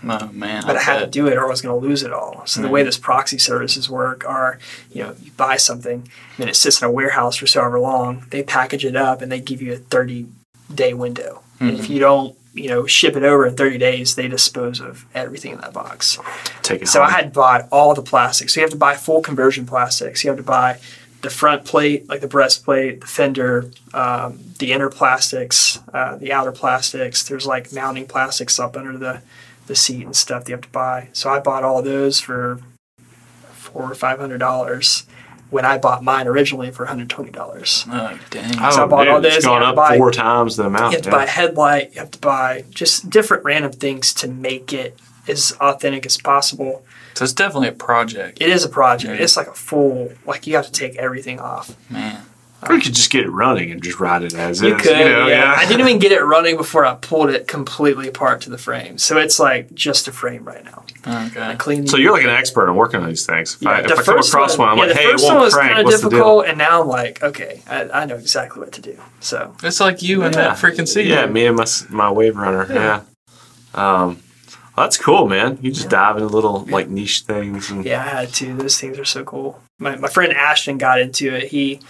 Oh man.
but I, had to
bet.
do it or I was going to lose it all. So the way this proxy services work are, you know, you buy something, and then it sits in a warehouse for so however long. They package it up and they give you a thirty day window. And if you don't, you know, ship it over in thirty days, they dispose of everything in that box.
Take it
So I
home.
had bought all the plastics. So you have to buy full conversion plastics. You have to buy the front plate, like the breastplate, the fender, um, the inner plastics, uh, the outer plastics. There's like mounting plastics up under the, the seat and stuff that you have to buy. So I bought all those for four or five hundred dollars. when I bought mine originally for $120.
Oh, dang.
So I
Oh,
bought
dude,
all this,
It's
you
gone
have
up
to buy-
four times the amount.
You have to
yeah.
buy a headlight, you have to buy just different random things to make it as authentic as possible.
So it's definitely a project,
It is a project.
Yeah.
It's like a full, like you have to take everything off.
man.
Or you could just get it running and just ride it as
You
is.
could,
you know,
yeah. I didn't even get it running before I pulled it completely apart to the frame. So it's like just a frame right now. I
Okay.
cleaned
So you're like an expert on working on these things. If I,
the
if I come
first
across one, I'm
yeah,
like,
the
hey, it
first one
won't
was kinda
crank. What's the deal?
difficult, and now I'm like, okay, I, I know exactly what to do. So
It's like you and that freaking sea.
Yeah, me and my s- my wave runner. Yeah. Um, well, that's cool, man. You just dive into little like niche things and
yeah, I had to. Those things are so cool. My, my friend Ashton got into it. He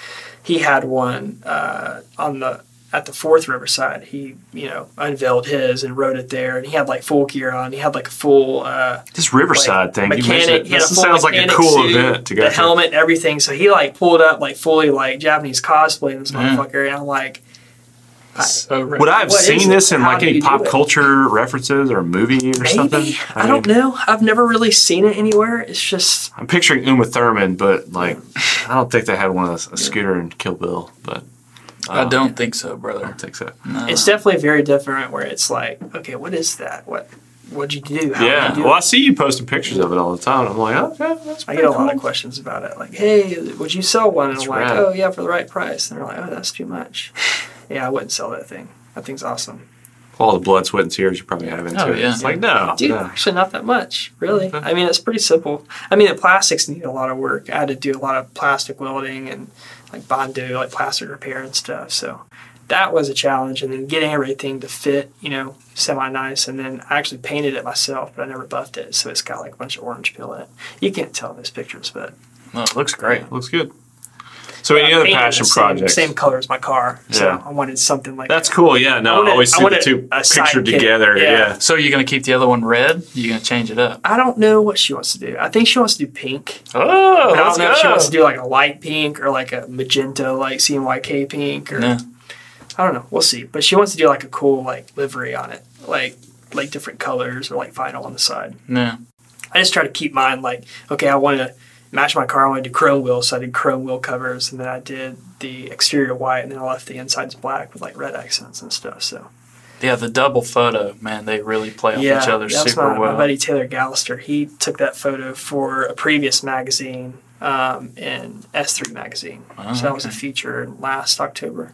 he had one uh, on the at the fourth Riverside. He you know unveiled his and rode it there, and he had like full gear on. He had like a full. Uh,
this Riverside thing. you
mechanic-
mentioned it.
he had a
This
full
sounds like a
mechanic
cool
suit,
event to go
the
to.
helmet, everything. So he like pulled up like fully like Japanese cosplay in this
Mm.
Yeah.
motherfucker, and I'm like,
So rad.
Would I have
What is
seen
it?
this in
How
like
do
any
you do
pop
it?
culture references or a movie or something?
maybe I
mean,
don't know. I've never really seen it anywhere. It's just
I'm picturing Uma Thurman, but like, I don't think they had one of those, a scooter in Kill Bill, but
I
Oh,
uh,
don't think so,
I
brother.
don't think so.
No.
it's definitely very different where it's like okay what is that what what'd you do How did
yeah.
you do
Well,
it?
I see you posting pictures of it all the time. I'm like, okay, that's
i
pretty
get a lot
cool.
of questions about it like hey would you sell one and i'm
That's
like
rad.
oh yeah for the right price and they're like oh that's too much (laughs) yeah i wouldn't sell that thing that thing's awesome
all the blood, sweat, and tears you probably have into
Oh,
it.
yeah.
It's like, no,
dude
no.
actually not that much really i mean it's pretty simple i mean the plastics need a lot of work i had to do a lot of plastic welding and like bondo like plastic repair and stuff so that was a challenge and then getting everything to fit you know semi nice and then i actually painted it myself but i never buffed it so it's got like a bunch of orange peel in it you can't tell in those pictures but
No, it looks great.
Looks good. So, any
I
other
painted
passion
Uh, the same,
projects?
same color as my car so
Yeah.
i wanted something like
That's
that.
cool. Yeah, no,
I
I,
wanted-
always
I
see the
wanted
two
a
pictured
sidekick.
together.
Yeah.
Yeah.
So you're gonna keep the other one red? You're gonna change it up?
i don't know what she wants to do i think she wants to do pink
Oh,
I don't know if she wants to do like a light pink or like a magenta, like CMYK pink, or
Yeah.
I don't know. We'll see. But she wants to do like a cool like livery on it, like like different colors or like vinyl on the side.
No.
I just try to keep mine like okay, I want to match my car. I want to do chrome wheels, so I did chrome wheel covers, and then I did the exterior white, and then I left the insides black with like red accents and stuff. So
Yeah, the double photo, man, they really play off
yeah,
each other
that's
super
my,
well.
my buddy Taylor Gallister. He took that photo for a previous magazine um, in S3 magazine.
Oh,
so that was a
okay.
feature last October.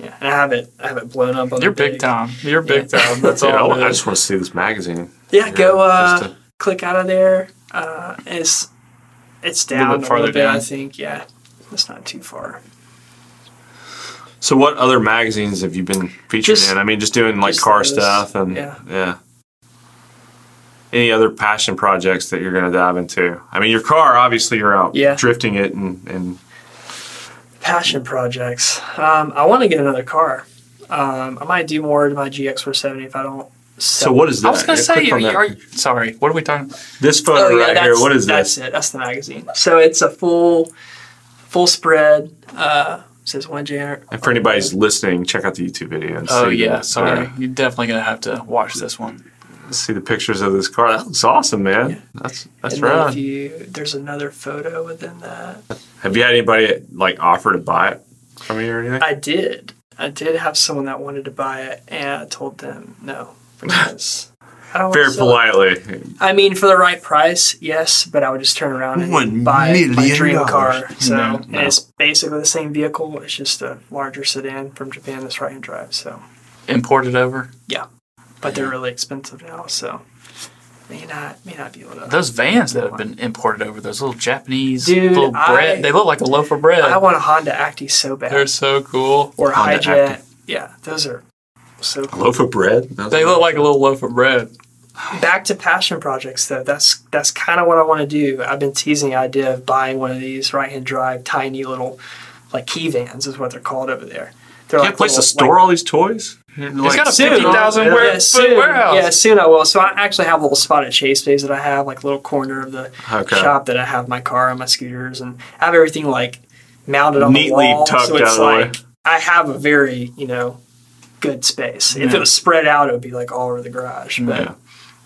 Yeah, and I have it. I have it blown up. On
You're
the
big time. You're big time. (laughs) That's
Dude, I,
all.
I
it is.
just want to see this magazine.
Yeah, go uh,
Just to-
click out of there. Uh, it's it's
little
down a
bit
little,
farther
bit.
down.
I think. Yeah, it's not too far.
So, what other magazines have you been featured
Just-
in? I mean, just doing like
just
car
those.
stuff and
Yeah.
Any other passion projects that you're going to dive into? I mean, your car, obviously, you're out
Yeah.
drifting it and, and
Passion projects. Um, I want to get another car. Um, I might do more to my GX470 if I don't. Sell
so what is that?
I was gonna
Yeah,
say,
click on that.
are you- sorry, what are we talking?
this photo Oh, right
Oh, that's,
here. What is
that's
this?
it. That's the magazine. So it's a full, full spread. Uh, says one Jan.
And for anybody's listening, check out the YouTube video. And
Oh
see the-
yeah, sorry.
yeah,
You're definitely gonna have to watch this one.
see the pictures of this car. That looks awesome, man. That's that's
and then if
rad.
you, there's another photo within that.
Have you had anybody like offer to buy it from you or anything?
I did. I did have someone that wanted to buy it, and I told them
(laughs)
no because I don't. wanna
Very
sell it.
politely.
I mean, for the right price, yes, but I would just turn around and
One
buy my
million
dream
dollars.
car. So
No,
and
no.
it's basically the same vehicle. It's just a larger sedan from Japan that's right-hand drive. So.
Imported over.
but they're really expensive now, so may not may not be able to.
Those vans that have been imported over, those little Japanese
Dude,
little bread.
I-
they look like a loaf of bread.
I want a Honda Acti so bad,
They're so cool.
or a
Honda
Hijet.
Acti.
Yeah, those are so.
A
Cool.
loaf of bread.
They look like a little loaf of bread.
Back to passion projects, though. That's that's kind of what I want to do. I've been teasing the idea of buying one of these right-hand drive, tiny little, like key vans is what they're called over there. They're
You
like
have a place to
little-
store all these toys.
It's got a
soon.
50,000
yeah,
square foot
soon.
warehouse.
Yeah, soon I will. So I actually have a little spot at Chase Days that I have, like a little corner of the
Okay.
shop that I have my car and my scooters and I have everything like mounted on
Neatly
the wall.
tucked
so it's
out of the way.
like I have a very, you know, good space. If
Yeah.
it was spread out it would be like all over the garage. But
Yeah.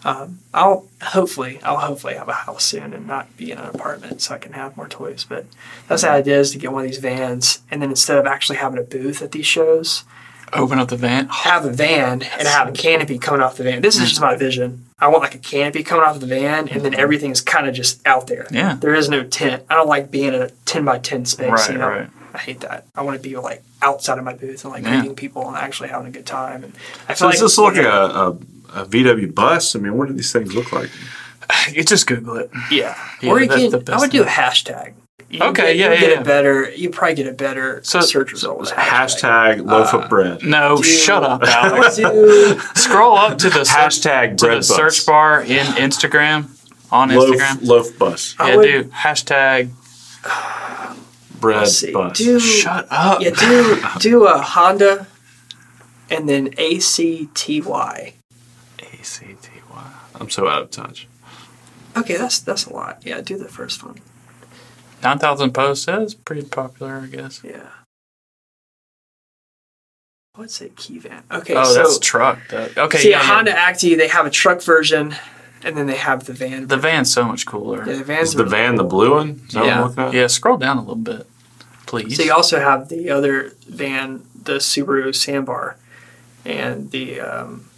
Um, I'll hopefully I'll hopefully have a house soon and not be in an apartment so I can have more toys. But that's the idea is to get one of these vans and then instead of actually having a booth at these shows,
Open up the van.
have a van and have a canopy coming off the van. This
Hmm.
is just my vision. I want like a canopy coming off the van, and then everything's kind of just out there.
Yeah.
There is no tent. I don't like being in a ten by ten space.
Right,
you know?
right.
I hate that. I want to be like outside of my booth and like
Yeah.
meeting people and actually having a good time. And I feel
So
like
is this like a, a, a VW bus? I mean, what do these things look like?
You just Google it.
yeah.
Yeah,
or you
that's
can.
the best
I would do a hashtag. You Get,
Okay, yeah,
you
yeah,
Get
yeah.
a better. You probably get a better
So-
search result. with a hashtag.
Hashtag loaf of bread.
No,
Dude.
shut
(laughs)
up, Alex. (laughs)
Dude,
Scroll up to the search,
Hashtag
to the
bread bus.
search bar in Instagram on
loaf,
Instagram.
loaf bus.
I
Yeah,
would-
dude. Hashtag
Bread
let's see.
bus.
Do-
shut up.
Yeah, do do a Honda, and then A C T Y.
A-C-T-Y. I'm so out of touch.
Okay, that's that's a lot. Yeah, do the first one.
Nine thousand posts. That's pretty popular, I guess.
Yeah. What's a key van? Okay,
oh,
so
that's truck. That, okay,
see
yeah,
a
yeah.
Honda Acti, they have a truck version, and then they have the van.
The van's so much
yeah,
cooler.
the
Is
van's
the van the blue one? Is that what I'm
Yeah,
looking at?
yeah. Scroll down a little bit, please.
So you also have the other van, the Subaru Sandbar, and the um,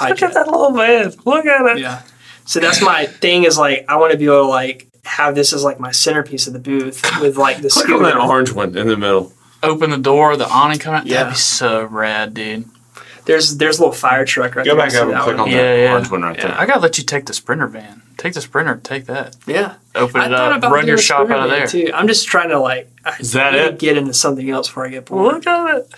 Look at
Hijet.
that little van. Look at it.
Yeah. So that's my thing. Is like I want to be able to like have this as like my centerpiece of the booth with like the
Click on that
scooter.
orange one in the middle.
Open the door. The awning coming out.
Yeah.
That'd be so rad, dude.
There's there's a little fire truck right
Go
there.
back
See
up and
that
click
one?
on
Yeah,
that
yeah.
orange one right
Yeah.
I gotta let you take the sprinter van. Take the sprinter. Take that.
Yeah.
Open
I
uh,
it
thought
up.
about
Run
doing
your
a
shop out of
Spider-Man,
there.
Too. I'm just trying to like. I
Is that
need to
it?
Get into something else before I get bored.
Look at it.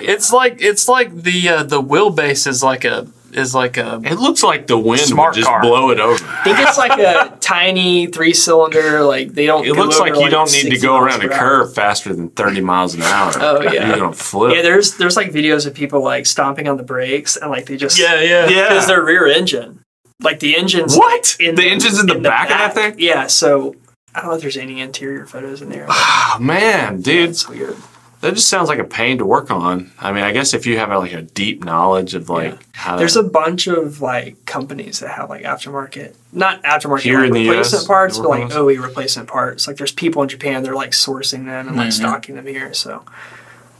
It's like it's like the uh, the wheelbase is like a is like a
there. It looks like the wind
Smart
would just
car.
blow it over.
I think it's like
(laughs)
a tiny three cylinder. Like they don't.
It
go
looks
over,
like you don't need to
60
go
miles
around a
per hour.
curve faster than 30 miles an hour.
Oh, yeah.
You're going to flip.
Yeah, there's there's like videos of people like stomping on the brakes and like they just
yeah
because their rear engine, like the engine's like,
What? The engine's in the back of that thing?
Yeah, so I don't know if there's any interior photos in there.
Oh, man, (sighs) dude.
It's weird.
That just sounds like a pain to work on. I mean, I guess if you have like a deep knowledge of like how
There's
to,
a bunch of like companies that have like aftermarket, not aftermarket
Here
like,
in the US,
replacement parts,
they
but
work on
like
those?
OE replacement parts. Like there's people in Japan, they're like sourcing them and like
Mm-hmm.
stocking them here, so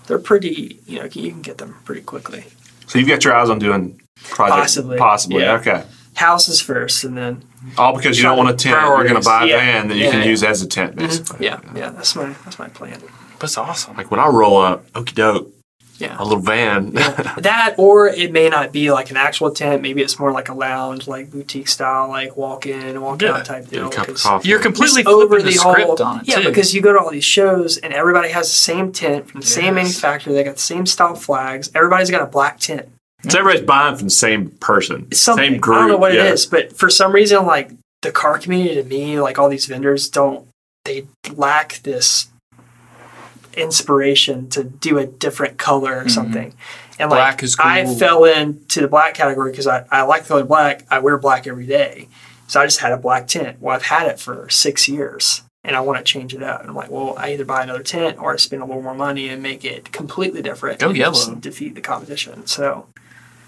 they're pretty. You know, you can get them pretty quickly.
so you've got your eyes on doing project
Possibly.
possibly
Yeah.
okay.
Houses first, and then
All because you don't want a tent, you're going to
Priorities.
buy a
Yeah.
van that you
Yeah,
can
yeah. Mm-hmm.
use as a tent, basically.
yeah, yeah, that's my that's my plan.
That's awesome.
Like when I roll up, okie doke,
Yeah.
a little van. (laughs)
that or it may not be like an actual tent. Maybe it's more like a lounge, like boutique style, like walk in, walk
Yeah,
out type
Get
deal.
a cup of
'cause
coffee.
You're completely
over
flipping the,
the,
script
whole,
on it
yeah,
too.
because you go to all these shows and everybody has the same tent from the same
Yes.
manufacturer. They got the same style flags. Everybody's got a black tent.
so everybody's buying from the same person,
It's something.
same group.
I don't know what
yeah.
it is, but for some reason, like the car community to me, like all these vendors don't, they lack this inspiration to do a different color or something. And
Black
like,
is
I
cool.
fell into the black category because I, I like the color black. I wear black every day. So I just had a black tent. Well, I've had it for six years and I want to change it up. And I'm like, well, I either buy another tent or I spend a little more money and make it completely different.
Go
and just
yellow.
defeat the competition. So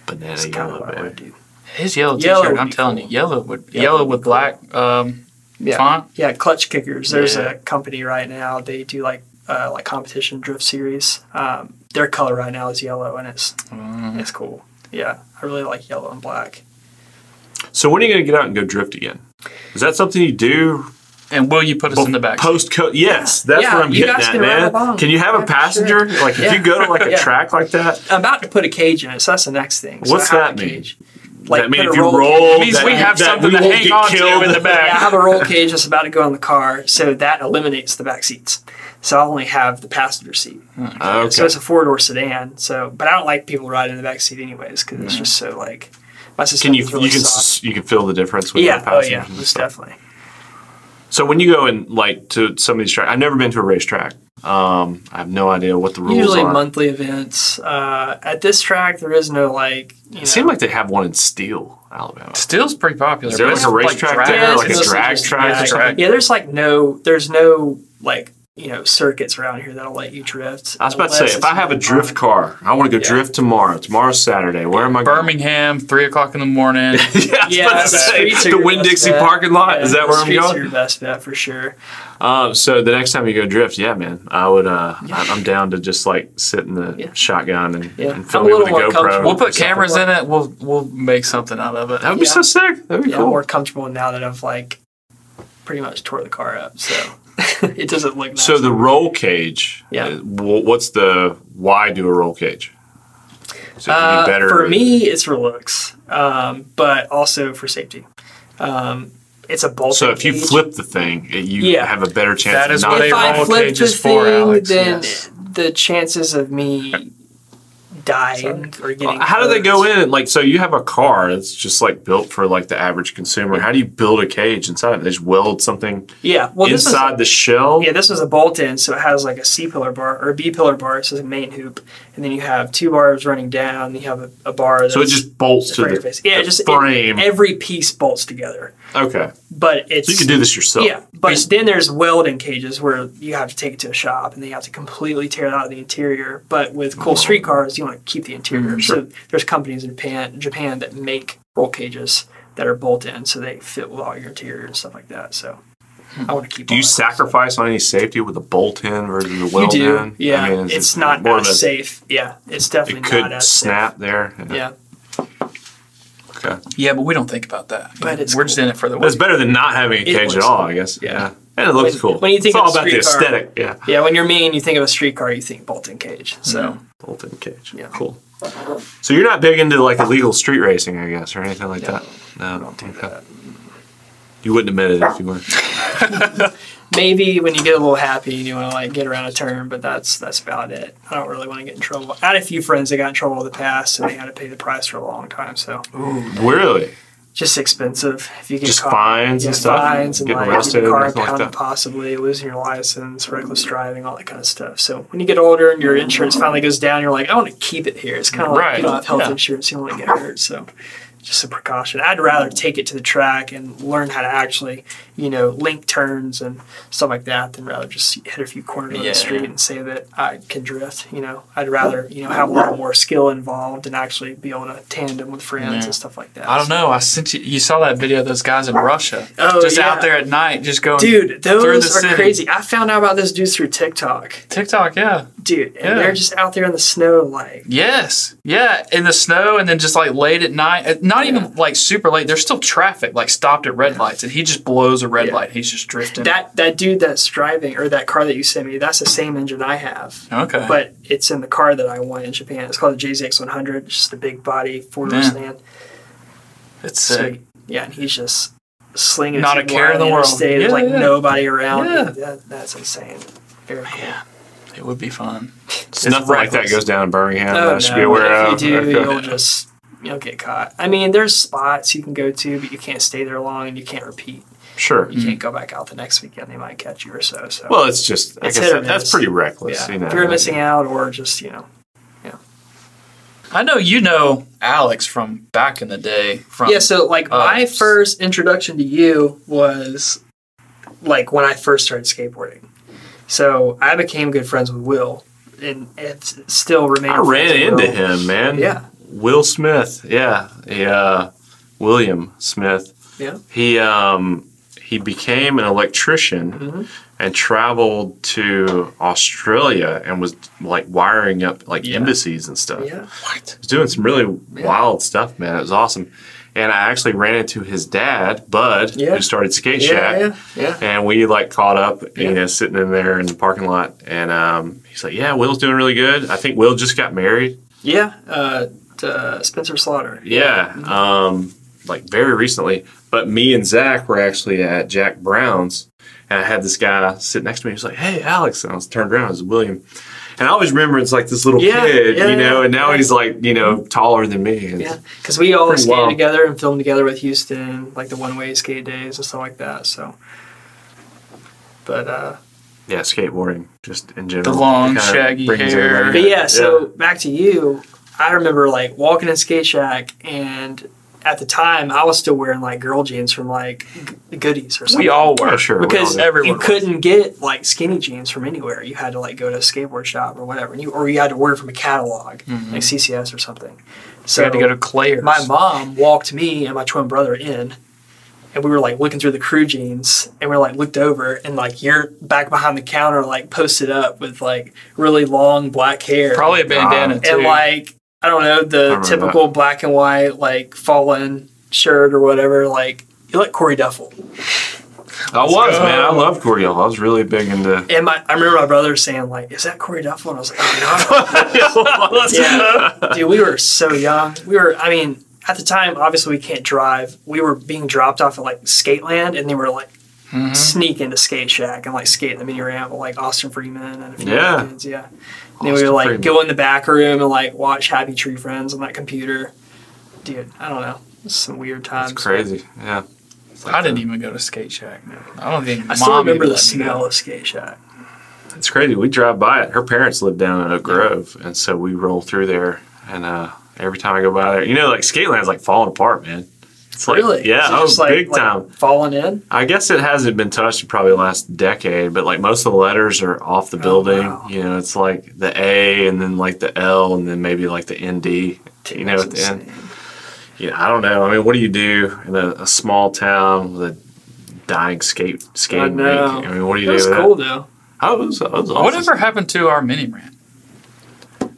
Banana
that's kind of
yellow,
what I want
baby.
to do.
his yellow,
Yellow
t-shirt.
would
I'm
be
telling
cool.
you, yellow would
Yellow
yellow
would be
with black um,
Yeah.
font.
Yeah, clutch kickers. There's
Yeah.
a company right now. They do like uh, like competition drift series. Um, their color right now is yellow, and it's
Mm.
it's cool. Yeah, I really like yellow and black.
So when are you going to get out and go drift again? Is that something you do
And will you put us in the back?
Post code, yes, that's
Yeah,
what I'm
you
getting
guys
at,
can ride
man.
along.
Can you have a
Yeah, for
passenger?
sure.
Like if
Yeah.
you go to like
(laughs)
a
Yeah.
track like that,
I'm about to put a cage in it, so that's the next thing. So
What's
I have
that
a
mean?
cage.
that mean
put
if
a
you
roll
roll,
cage-
It means
that,
we
(laughs)
have
that
something
we
to
won't
hang
get
on to
killed. (laughs)
in the back.
Yeah, I have a roll cage that's about to go on the car, so that eliminates the back seats. So I only have the passenger seat. Uh, So
Hmm. Okay.
it's a four door sedan. So, but I don't like people riding in the back seat anyways because it's just so like my
Hmm. Can you
suspension's really
you can
soft.
s you can feel the difference with
Yeah,
the
oh
passengers
yeah,
and
most
stuff.
definitely.
So when you go and like to some of these tracks, I've never been to a racetrack. Um, I have no idea what the rules
usually
are.
monthly events. Uh, at this track, there is no like. You know,
It seemed like they have one in Steele, Alabama.
Still's pretty popular.
Is there
but
like
it's
a racetrack
drag-
there,
it's
like a
mostly
drag
just
track or
drag.
something?
Yeah, there's like no, there's no like you know circuits around here that'll let you drift.
I was about to say,
unless
if
it's
I have a
really
drift
fun.
car, I want to go
Yeah.
drift tomorrow. Tomorrow's Saturday. Where am I going?
Birmingham, three o'clock in the morning.
(laughs) yeah, I was
Yeah,
about to
the
say,
streets are
the
your
Winn
best
Dixie
bet.
parking lot.
Yeah,
Is that where I'm
streets are
going?
Your best bet for sure.
Uh, so the next time you go drift, yeah, man, I would. Uh, I- I'm down to just like sit in the
Yeah.
shotgun and,
Yeah.
and
I'm
fill
a
me with a
little more
GoPro.
comfortable.
We'll put cameras in it. We'll we'll make something out of it.
That would be
Yeah.
so sick. That'd be
Yeah, I'm
cool.
more comfortable now that I've like pretty much tore the car up,
(laughs)
so it doesn't look. Nice.
So the roll cage.
Yeah.
uh, wh- What's the why do a roll cage? So it can
Uh,
be better
For me, it's for looks, um, but also for safety. Um, it's a bolt.
So if you flip the thing, it- you
Yeah.
have a better chance.
That is
of
what
not
they
if
falling.
I
roll
flip the
cages for,
thing,
Alex,
then
yes.
the chances of me dying or getting.
How do they
hurt-
go in? Like, so you have a car that's just like built for like the average consumer. How do you build a cage inside? They just weld something
Yeah, well, this is
inside the shell.
Yeah, this was a bolt in, so it has like a C pillar bar or a B pillar bar, so it's a main hoop, and then you have two bars running down. You have a, a bar.
so it
that's
just bolts to
for
the,
your face. Yeah,
the
just it-
frame.
every piece bolts together,
okay,
but it's
so you can do this yourself.
yeah. But then there's welding cages where you have to take it to a shop, and they have to completely tear out the interior. But with cool
Mm-hmm.
street cars, you want to keep the interior. So there's companies in Japan, Japan that make roll cages that are bolt in, so they fit with all your interior and stuff like that. So I want to keep.
Hmm. Do
all
you
that.
sacrifice on any safety with a bolt in versus a
You
weld
do,
in?
yeah.
I mean, is
it's,
it
not
more of
as
a-
safe. Yeah, it's definitely not
It could
as
snap there.
Safe. Yeah,
Okay.
Yeah, but we don't think about that.
But it's
we're just
cool.
in it for the
It's
work.
better than not having a
It
cage at
looks
all,
cool.
I guess.
Yeah.
And it looks
When-
cool.
when you think
it's all
of
about the
streetcar-
aesthetic. Yeah.
yeah. When you're mean, you think of a street car, you think bolt-in cage.
Mm-hmm.
So
Bolt in cage.
Yeah.
Cool. So you're not big into like illegal street racing, I guess, or anything like that. No. okay. You wouldn't admit it if
(laughs)
you weren't.
maybe when you get a little happy and you want to like get around a turn, but that's that's about it. I don't really want to get in trouble. I had a few friends that got in trouble in the past, and they had to pay the price for a long time. So
really?
just expensive. If you get
Just
caught,
fines
yeah,
and stuff.
fines and
getting
like
arrested
your
and
car
everything like
impounded,
that.
possibly losing your license, reckless driving, all that kind of stuff. So when you get older and your insurance finally goes down, you're like, I want to keep it here. It's kind of like
Right.
you don't have health
Yeah.
insurance, you don't want to get hurt. So just a precaution. I'd rather take it to the track and learn how to actually, you know, link turns and stuff like that than rather just hit a few corners on
Yeah.
the street and say that I can drift. You know, I'd rather you know have a little more skill involved and actually be able to tandem with friends
Yeah.
and stuff like that.
I don't know. I sent you. You saw that video of those guys in Russia,
Oh,
just
yeah.
out there at night, just going.
Dude, those
through
are
the city.
crazy. I found out about those dudes through TikTok,
TikTok, yeah,
dude, and
Yeah.
they're just out there in the snow, like
yes, yeah, in the snow, and then just like late at night, uh, not
Yeah.
even like super late. There's still traffic, like stopped at red lights, and he just blows a red
Yeah.
light. He's just drifting.
that. That dude that's driving, or that car that you sent me, that's the same engine I have,
okay,
but it's in the car that I won in Japan. It's called the JZX100, it's just a big body four door
Yeah.
sedan.
it's
So
sick.
yeah, and he's just slinging.
Not a care in the world.
State, There's
Yeah,
like
yeah.
nobody around.
Yeah.
That, that's insane. Very cool.
It would be fun.
It's nothing like that
reckless.
goes down in Birmingham.
Oh,
that I should be
no,
aware
if
of.
you do,
Okay.
you'll just you'll get caught. I mean, there's spots you can go to, but you can't stay there long, and you can't repeat.
Sure.
You can't go back out the next weekend. They might catch you or so. So
Mm-hmm. Well, it's just, I
It's
guess
hit or
that, that's
miss.
pretty reckless.
yeah,
You know,
if you're missing out or just you know.
I know you know Alex from back in the day. From
Yeah, so like
Uh,
my first introduction to you was like when I first started skateboarding. So I became good friends with Will, and it still remains.
I ran into him, man.
Yeah.
Will Smith. Yeah. Yeah. William Smith.
Yeah.
He um he became an electrician
Mm-hmm.
and traveled to Australia and was like wiring up like
Yeah.
embassies and stuff.
Yeah.
what?
He was doing some really
Yeah.
wild stuff, man. It was awesome. And I actually ran into his dad, Bud,
Yeah.
who started Skate Shack.
Yeah. Yeah. Yeah.
And we like caught up, you
Yeah.
know, sitting in there in the parking lot. And um, he's like, Yeah, Will's doing really good. I think Will just got married.
Yeah. Uh, uh, Spencer Slaughter.
Yeah. Um, like very recently. But me and Zach were actually at Jack Brown's. And I had this guy sit next to me. He was like, Hey, Alex. And I was turned around. It was William. And I always remember it's like this little
Yeah,
kid,
yeah,
you know,
yeah,
and now
yeah. Mm-hmm.
he's like, you know, taller than me. And
Yeah, because we all
Pretty
skated
wild.
together and filmed together with Houston, like the one way skate days and stuff like that. So, but uh,
yeah, skateboarding just in general.
The long,
It kinda
shaggy
brings
hair.
everybody
But
back.
yeah, so back to you. I remember like walking in Skate Shack and at the time, I was still wearing like girl jeans from like G- Goodies or something.
We all were.
Yeah, sure. we
because
all
did.
you
everyone was.
couldn't get like skinny jeans from anywhere. You had to like go to a skateboard shop or whatever, and you or you had to order from a catalog, like CCS or something. So
we Mm-hmm. had to go to Claire's.
my mom walked me and my twin brother in, and we were like looking through the crew jeans, and we are like looked over, and like you're back behind the counter, like posted up with like really long black hair,
Probably a bandana too.
and like I don't know
I
the
remember
typical black and white like fallen shirt or whatever. Like you look Corey Duffel,
I was, man. I
go.
love Coriel. I was really
(laughs)
big into.
and my I remember my brother saying like, "Is that Corey Duffel?" And I was like, "Oh
(laughs)
no, yeah, dude, we were so young. We were, I mean." At the time, obviously, we can't drive. We were being dropped off at like Skateland, and they were like
Mm-hmm.
Mhm.
sneak into Skate Shack and like skate in the mini ramp with like Austin Freeman and a few
Yeah.
other kids. Yeah. And then we
Austin
would like
Freeman.
go in the back room and like watch Happy Tree Friends on that computer. Dude, I don't know. It's some weird times.
It's crazy. Yeah.
Mm-hmm. I didn't even go to Skate Shack. Man. I don't think
I still
mom
remember
even
the
let me go.
smell of Skate Shack.
It's crazy. We drive by it. Her parents live down in Oak Grove, and so we roll through there. And uh, every time I go by there, you know, like Skateland's like falling apart, man. It's like,
really?
Yeah.
Is it
Oh,
just, like-
big
like,
time.
Falling in?
I guess it hasn't been touched in probably the last decade, but like most of the letters are off the building.
Oh, wow.
You know, it's like the A and then like the L and then maybe like the ND. you know,
That's
at the end.
insane.
Yeah, I don't know. I mean, what do you do in a, a small town with a dying skate
I
skating rink?
know.
I mean, what do
It
you do?
was
with
cool though.
That? Oh, it was, it was awesome.
Whatever happened to our mini ramp?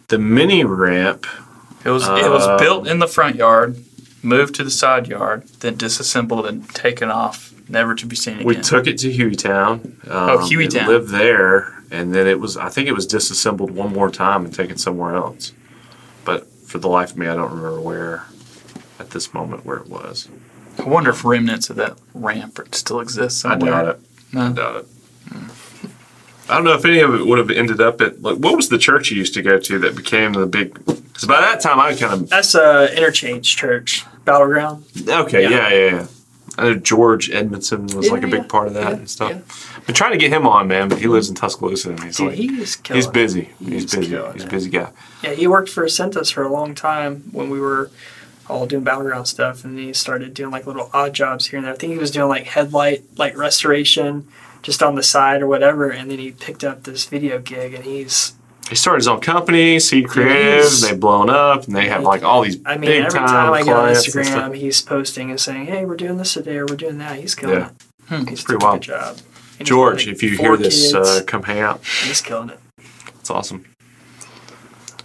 The mini ramp.
It was it was
Um,
built in the front yard, moved to the side yard, then disassembled and taken off, never to be seen again.
We took it to Hueytown. Um,
Oh, Hueytown.
it Lived there, and then it was. I think it was disassembled one more time and taken somewhere else. But for the life of me, I don't remember where. At this moment, where it was.
I wonder if remnants of that ramp still exist
I
somewhere.
doubt it. I
No.
doubt it. I don't know if any of it would have ended up at like what was the church you used to go to that became the big because by that time I kind
That's uh interchange church battleground.
of okay yeah yeah yeah, I know George Edmondson was
Yeah,
like a
yeah,
big part of
yeah,
that and stuff. Been trying to get him on man, but he lives in Tuscaloosa and he's
Dude,
like
he was killing.
he's
it.
busy he's,
He's
busy
killing
he's a
it.
busy guy.
Yeah, he worked for Ascentus for a long time when we were all doing battleground stuff, and then he started doing like little odd jobs here and there. I think he was doing like headlight like restoration just on the side or whatever, and then he picked up this video gig, and he's
He started his own company, Seed Creative.
he's-
They've blown up and they have like all these
I mean,
big
every
time,
time I go on
clients and stuff.
Instagram, he's posting and saying, "Hey, we're doing this today, or we're doing that." He's killing
Yeah.
it.
Hmm,
he's
pretty
doing a
wild.
good job. And he's
George,
got, like,
if you
four
hear this,
kids.
uh, come hang out.
he's killing it.
It's awesome.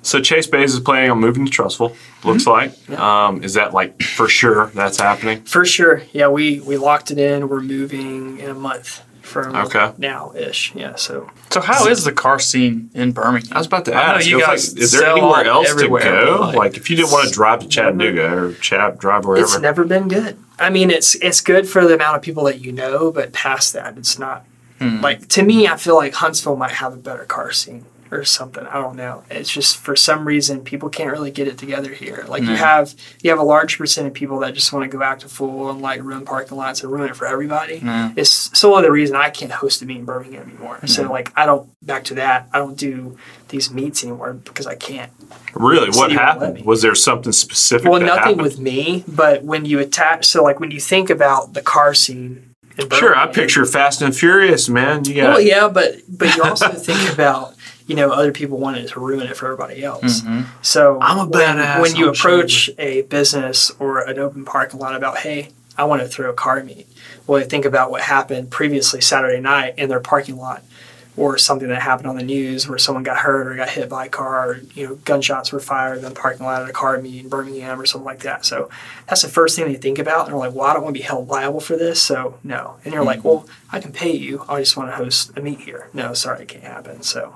So Chase Bays is planning on moving to Trustful. Looks like. Um, is that like for sure that's happening?
For sure. Yeah, we we locked it in. We're moving in a month from
Okay.
now ish. Yeah, so
So how is the car scene in Birmingham?
I was about to
I know
ask.
you
I was
guys
like, is there
sell
anywhere
out
else to
everywhere,
go?
but,
Like,
like,
if you didn't want to drive to Chattanooga or Chat drive wherever.
it's never been good. I mean, it's it's good for the amount of people that you know, but past that, it's not.
Hmm.
Like to me, I feel like Huntsville might have a better car scene or something. I don't know. It's just for some reason people can't really get it together here. Like you
No.
have you have a large percent of people that just want to go act a fool and like ruin parking lots and ruin it for everybody.
No.
It's solely the reason I can't host a meet in Birmingham anymore. So like I don't back to that. I don't do these meets anymore because I can't.
really, what
City won't let me.
happened? Was there something specific?
Well,
that
nothing
happened?
with me, but when you attach, so like when you think about the car scene. in
Sure, I
Birmingham-
picture Fast and Furious, man. You got
Well, yeah, but but you also think about you know other people wanting to ruin it for everybody else. So
I'm a
when-
badass,
When you
I'm
approach a business or an open parking lot about, hey, I want to throw a car meet. Well, you think about what happened previously Saturday night in their parking lot, or something that happened on the news where someone got hurt or got hit by a car, or you know gunshots were fired in the parking lot at a car meet in Birmingham or something like that. So that's the first thing they think about. And they're like, well, I don't want to be held liable for this. So, no. And you're
Hmm.
like, well, I can pay you. I just want to host a meet here. No, sorry, it can't happen. So,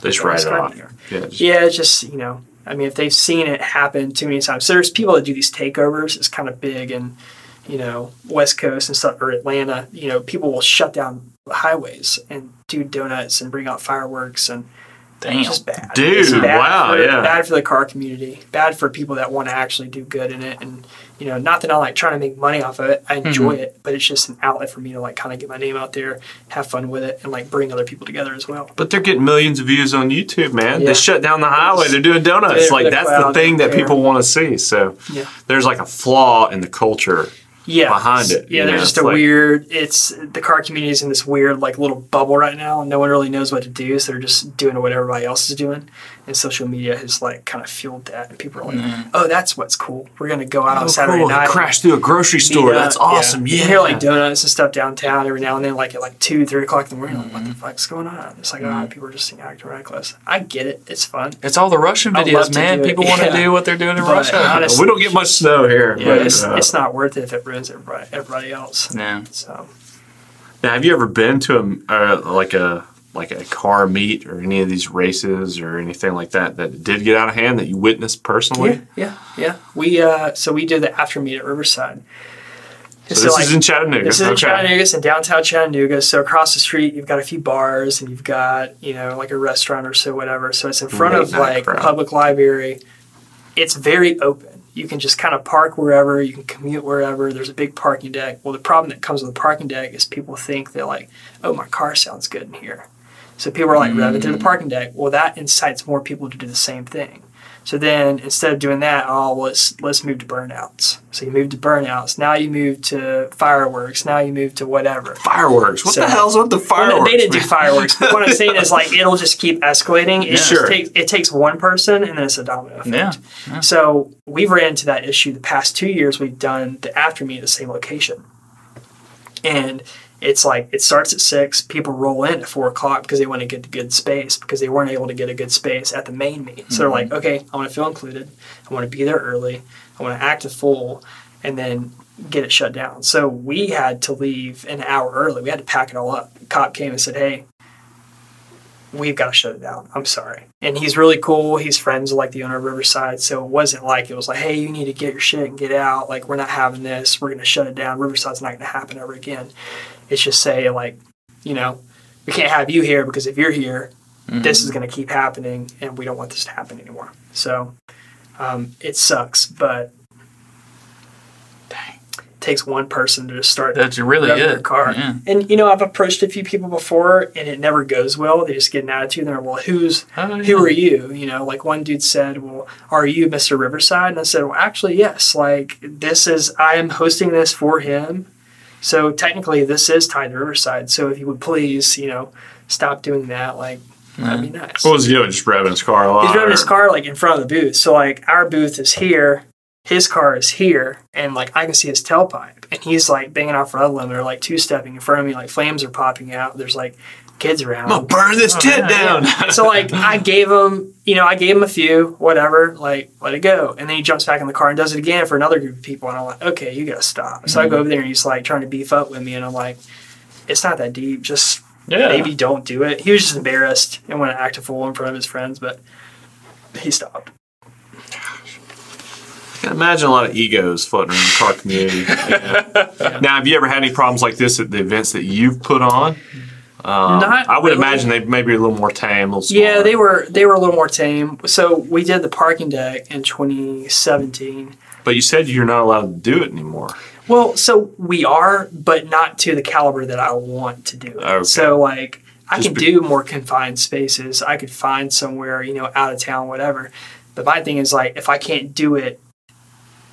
they just
that
write
was
it
kind of
off.
weird.
Yeah, just-
yeah, it's just, you know, I mean, if they've seen it happen too many times. So, there's people that do these takeovers. It's kind of big in, you know, West Coast and stuff, or Atlanta. You know, people will shut down highways and do donuts and bring out fireworks. And
Damn.
Just bad.
Dude,
It's bad
wow,
for-
yeah.
Bad for the car community. Bad for people that want to actually do good in it. And you know, not that I'm like trying to make money off of it. I enjoy it, but it's just an outlet for me to like kind of get my name out there, have fun with it, and like bring other people together as well.
But they're getting millions of views on YouTube, man.
Yeah.
They shut down the highway. They're doing donuts.
They're
like
the
that's the
cloud,
thing that
they're-
people want to see. So
Yeah.
there's like a flaw in the culture.
Yeah,
behind it, you
Yeah,
know,
there's just
it's
a
like-
weird. It's the car community is in this weird like little bubble right now, and no one really knows what to do. So they're just doing what everybody else is doing, and social media has like kind of fueled that. And people are like, "Oh, that's what's cool. We're gonna go out on Saturday
Mm. Oh, cool.
night."
They crashed through a grocery store.
meet up."
That's awesome.
You
Yeah.
hear like donuts and stuff downtown every now and then, like at like two, three o'clock in the morning. Like, what
Mm-hmm.
the fuck's going on? It's like, oh, people are just acting reckless. I get it. It's fun.
It's all the Russian
I'd love
videos,
to
man.
do it.
People want to
Yeah.
do what they're doing in
But
Russia.
honestly-
we don't get much snow here.
Yeah,
but,
But it's,
uh,
it's not worth it if it ruins everybody, everybody else.
yeah.
So
now, have you ever been to a uh, like a like a car meet or any of these races or anything like that that did get out of hand that you witnessed personally?
Yeah, yeah, yeah. We uh, so we did the after meet at Riverside.
So, this is in Chattanooga.
this is in
Okay.
Chattanooga, it's in downtown Chattanooga. So across the street, you've got a few bars and you've got you know like a restaurant or so whatever. So it's in front
Late
of
night
like
crowd.
a public library. It's very open. You can just kind of park wherever. You can commute wherever. There's a big parking deck. Well, the problem that comes with the parking deck is people think they're like, oh, my car sounds good in here. So people are like revving through the parking deck. Well, that incites more people to do the same thing. So then instead of doing that, oh, let's let's move to burnouts. So you move to burnouts. Now you move to fireworks. Now you move to whatever.
Fireworks. What
So-
the hell's with the
Well,
fireworks?
no, they didn't do
man?
fireworks. But
(laughs)
what I'm saying is like it'll just keep escalating. It just
Sure.
takes it takes one person and then it's a domino effect.
Yeah.
So we've ran into that issue the past two years. We've done the after me at the same location, and it's like it starts at six. People roll in at four o'clock because they want to get a good space because they weren't able to get a good space at the main meet. So they're like, okay, I want to feel included. I want to be there early. I want to act a fool, and then get it shut down. So we had to leave an hour early. We had to pack it all up. Cop came and said, hey, we've got to shut it down. I'm sorry. And he's really cool. He's friends with like the owner of Riverside. So it wasn't like it was like, hey, you need to get your shit and get out. Like we're not having this. We're gonna shut it down. Riverside's not gonna happen ever again. It's just say like, you know, we can't have you here because if you're here, this is gonna keep happening and we don't want this to happen anymore. So um, it sucks, but it takes one person to just start
That's really
revving their
it.
car.
Yeah.
And you know, I've approached a few people before, and it never goes well. They just get an attitude. And they're well, who's
Oh, yeah.
who are you? You know, like one dude said, well, are you Mr. Riverside? And I said, well, actually, yes. Like this is I am hosting this for him, so technically this is tied to Riverside. So if you would please, you know, stop doing that. Like that'd be nice.
What was he doing? Just revving his car a lot.
He's driving his
or-
car like in front of the booth. So like our booth is here, his car is here, and like I can see his tailpipe. And he's like banging off the limiter, like two stepping in front of me, like flames are popping out. There's like kids around.
I'm gonna burn
Oh,
this tent down. (laughs)
so like I gave him, you know, I gave him a few, whatever, like let it go. And then he jumps back in the car and does it again for another group of people. And I'm like, okay, you gotta stop. So I
Mm-hmm.
go over there and he's like trying to beef up with me, and I'm like, it's not that deep. Just
Yeah.
maybe don't do it. He was just embarrassed and wanted to act a fool in front of his friends, but he stopped.
I can imagine a lot of egos floating around the
(laughs)
car community. Now, have you ever had any problems like this at the events that you've put on? Um,
Not
I would
really.
imagine they may be a little more tame, a little smaller.
Yeah, they were they were a little more tame. So we did the parking deck in 2017.
But you said you're not allowed to do it anymore.
Well, so we are, but not to the caliber that I want to do it.
Okay.
So like I
Just
could
be-
do more confined spaces. I could find somewhere, you know, out of town, whatever. But my thing is like if I can't do it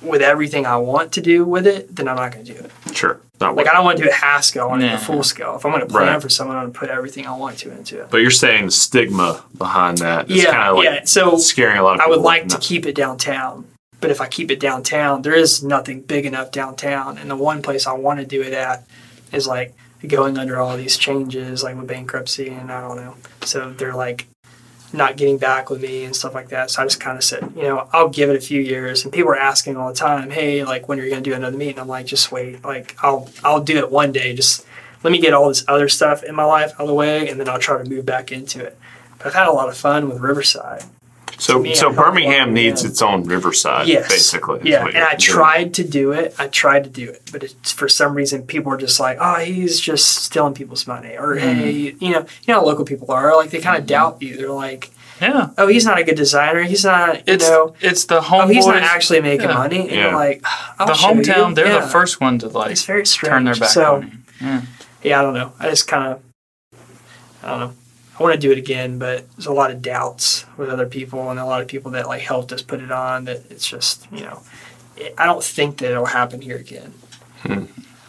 with everything I want to do with it, then I'm not gonna do it.
Sure, not
Like
worth
I
it.
don't want to do it half scale, I want to do
Nah.
it full scale. If I'm gonna plan
Right.
for someone, I'm gonna put everything I want to into it.
But you're saying the stigma behind that is
Yeah,
kind of like
yeah. So
scaring a lot of
I
people.
would like to
No.
keep it downtown, but if I keep it downtown, there is nothing big enough downtown. And the one place I want to do it at is like going under all these changes, like with bankruptcy and I don't know. So they're like not getting back with me and stuff like that. So I just kind of said, you know, I'll give it a few years. And people are asking all the time, hey, like when are you going to do another meet? And I'm like, just wait. Like I'll I'll do it one day. Just let me get all this other stuff in my life out of the way, and then I'll try to move back into it. But I've had a lot of fun with Riverside.
So,
me,
so
I don't
Birmingham
want-
needs
yeah.
its own Riverside,
Yes.
basically. is
Yeah.
what
And I
you're doing.
tried to do it. I tried to do it. But it's, for some reason, people are just like, oh, he's
Mm-hmm.
just stealing people's money. Or, hey, you know, you know how local people are. Like, they kind of doubt you. They're like,
Yeah.
oh, he's not a good designer. He's not, you
It's
know,
it's the
oh,
homeboys.
he's not actually making
yeah.
money. And you're
Yeah.
like, I'll
the
show
hometown.
you.
They're
yeah.
the first one to like
It's very strange.
turn their back
so,
on him. Yeah.
yeah, I don't know. I just kind of, I don't know. I want to do it again, but there's a lot of doubts with other people and a lot of people that like helped us put it on. That it's just, you know, it, I don't think that it'll happen here again.
Hmm.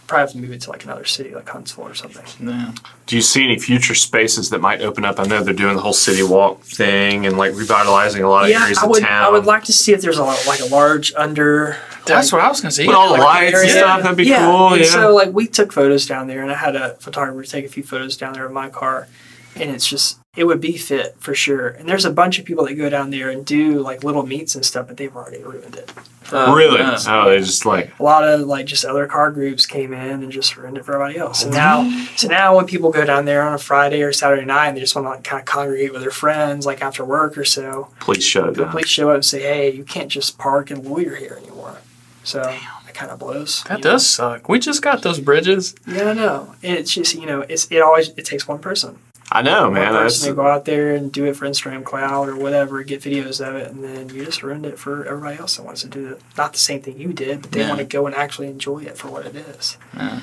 Probably have to move it to like another city, like Huntsville or something.
Yeah.
Do you see any future spaces that might open up? I know they're doing the whole city walk thing and like revitalizing a lot of areas
I
of
would.
town.
I would like to see if there's a like a large under.
That's what I was gonna say.
Put all the
Like,
lights and
yeah.
stuff. That'd be cool.
and
Yeah.
So like we took photos down there, and I had a photographer take a few photos down there of my car, and it's just it would be fit for sure. And there's a bunch of people that go down there and do like little meets and stuff, but they've already ruined it. Uh,
really?
Yeah.
Oh, they just like
A lot of like just other car groups came in and just ruined it for everybody else. And now, so now when people go down there on a Friday or Saturday night and they just want to like kind of congregate with their friends, like after work or so,
please shut it
the
down.
police show up and say, "Hey, you can't just park and loiter here anymore." So that kind of blows.
That does suck. We just got those bridges.
Yeah, I know. And It's just you know, it's it always it takes one person.
I know, Oh, man.
one
That's
person to go out there and do it for Instagram Cloud or whatever, get videos of it, and then you just ruined it for everybody else that wants to do it. Not the same thing you did, but they
Yeah.
want to go and actually enjoy it for what it is.
Yeah.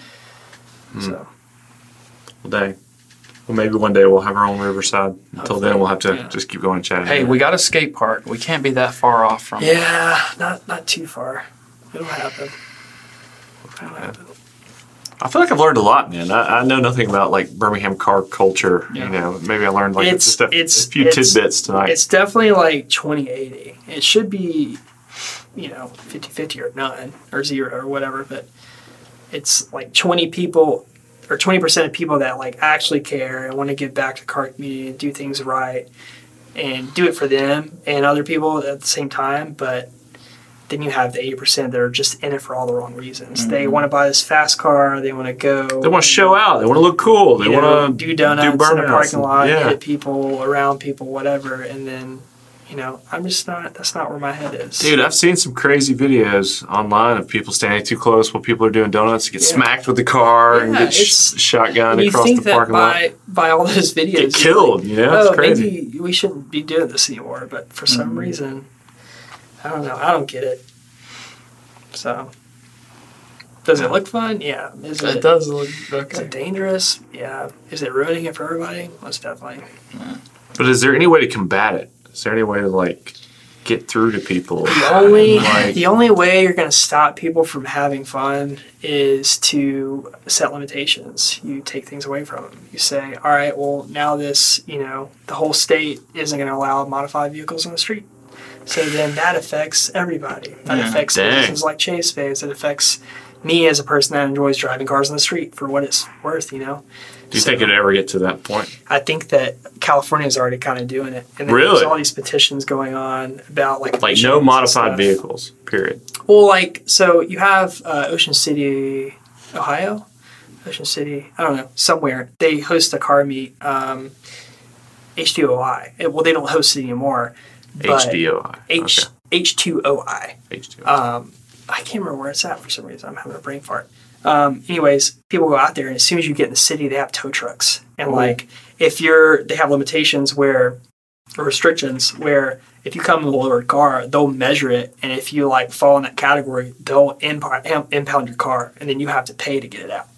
Hmm.
So
day. Well, maybe one day we'll have our own Riverside. Until then, we'll have to
Yeah.
just keep going and chatting.
Hey, we got a skate park. We can't be that far off from. it.
yeah, not not too far. It'll happen. It'll happen.
I feel like I've learned a lot, man. I, I know nothing about like Birmingham car culture.
Yeah.
You know, maybe I learned like
It's-
just a,
it's-
a few
it's-
tidbits tonight.
It's definitely like 2080. It should be, you know, 50 50 or none or zero or whatever, but it's like 20 people or 20% of people that like actually care and want to give back to the car community and do things right and do it for them and other people at the same time. But then you have the 80% that are just in it for all the wrong reasons. They want to buy this fast car, they want to go.
Mm-hmm. They want to show out. They want to look cool. They
you know,
want to
do donuts in a parking lot,
Yeah.
hit people around people, whatever, and then you know, I'm just not. That's not where my head is.
Dude, I've seen some crazy videos online of people standing too close while people are doing donuts, get
Yeah.
smacked with the car, and
Yeah,
get sh-
it's-
shotgun
and you
across
think
the
that
parking lot.
by by all those videos, you're
Get killed. You know,
Like,
it's
oh,
crazy.
maybe we shouldn't be doing this anymore. But for some reason, I don't know. I don't get it. So, does it look fun? Yeah. Is it,
It does look
Is it
okay.
dangerous? Yeah. Is it ruining it for everybody? Most definitely.
But is there any way to combat it? Is there any way to, like, get through to people?
The only
Like-
the only way you're going to stop people from having fun is to set limitations. You take things away from them. You say, "All right, well now this, you know, the whole state isn't going to allow modified vehicles on the street." So then that affects everybody. That
Yeah,
affects
dang.
businesses like Chase Phase. It affects me as a person that enjoys driving cars on the street for what it's worth, you know.
Do you think it'd ever get to that point?
I think that California is already kind of doing it, and then
Really?
there's all these petitions going on about like
Like,
emissions
no
and
modified
stuff.
vehicles, period.
Well, like, so you have uh, Ocean City, Ohio, Ocean City, I don't know, somewhere. They host a car meet, um, H2OI. Eh, Well, they don't host it anymore. but
HDOI.
H,
okay.
H2OI.
HDOI.
Um, I can't remember where it's at for some reason. I'm having a brain fart. Um, anyways, people go out there, and as soon as you get in the city, they have tow trucks. And,
Ooh.
like, if you're, they have limitations where, or restrictions where, if you come in a lowered car, they'll measure it, and if you like fall in that category, they'll impound, impound your car, and then you have to pay to get it out,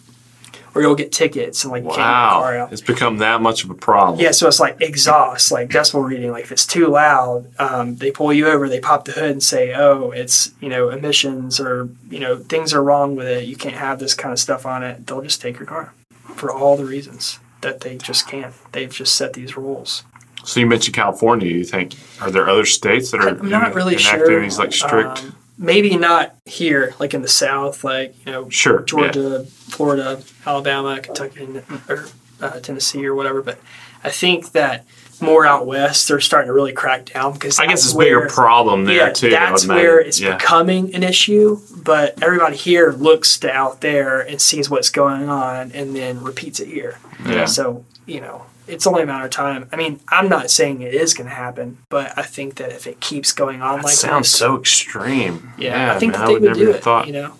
or you'll get tickets and like you can't get your car
wow.
out.
It's become that much of a problem.
Yeah, so it's like exhaust, like decibel reading. Like if it's too loud, um, they pull you over, they pop the hood and say, "Oh, it's you know emissions or you know things are wrong with it. You can't have this kind of stuff on it." They'll just take your car for all the reasons that they just can't. They've just set these rules.
So you mentioned California. You think are there other states that are
I'm not
en-
really
enacting
sure.
these like strict?
Um, maybe not here, like in the South, like you know
sure, yeah.
Georgia, Florida, Alabama, Kentucky, and- or uh, Tennessee or whatever. But I think that more out west, they're starting to really crack down because
I guess it's a
where,
bigger problem there
yeah,
too. I
that's
would imagine.
where it's
yeah.
becoming an issue. But everybody here looks to out there and sees what's going on and then repeats it here.
Yeah.
So you know. It's only a matter of time. I mean, I'm not saying it is going to happen, but I think that if it keeps going on
That
like
sounds
this,
so extreme.
yeah, I think
man,
that they
would
would,
never
do
have
it.
thought.
You know,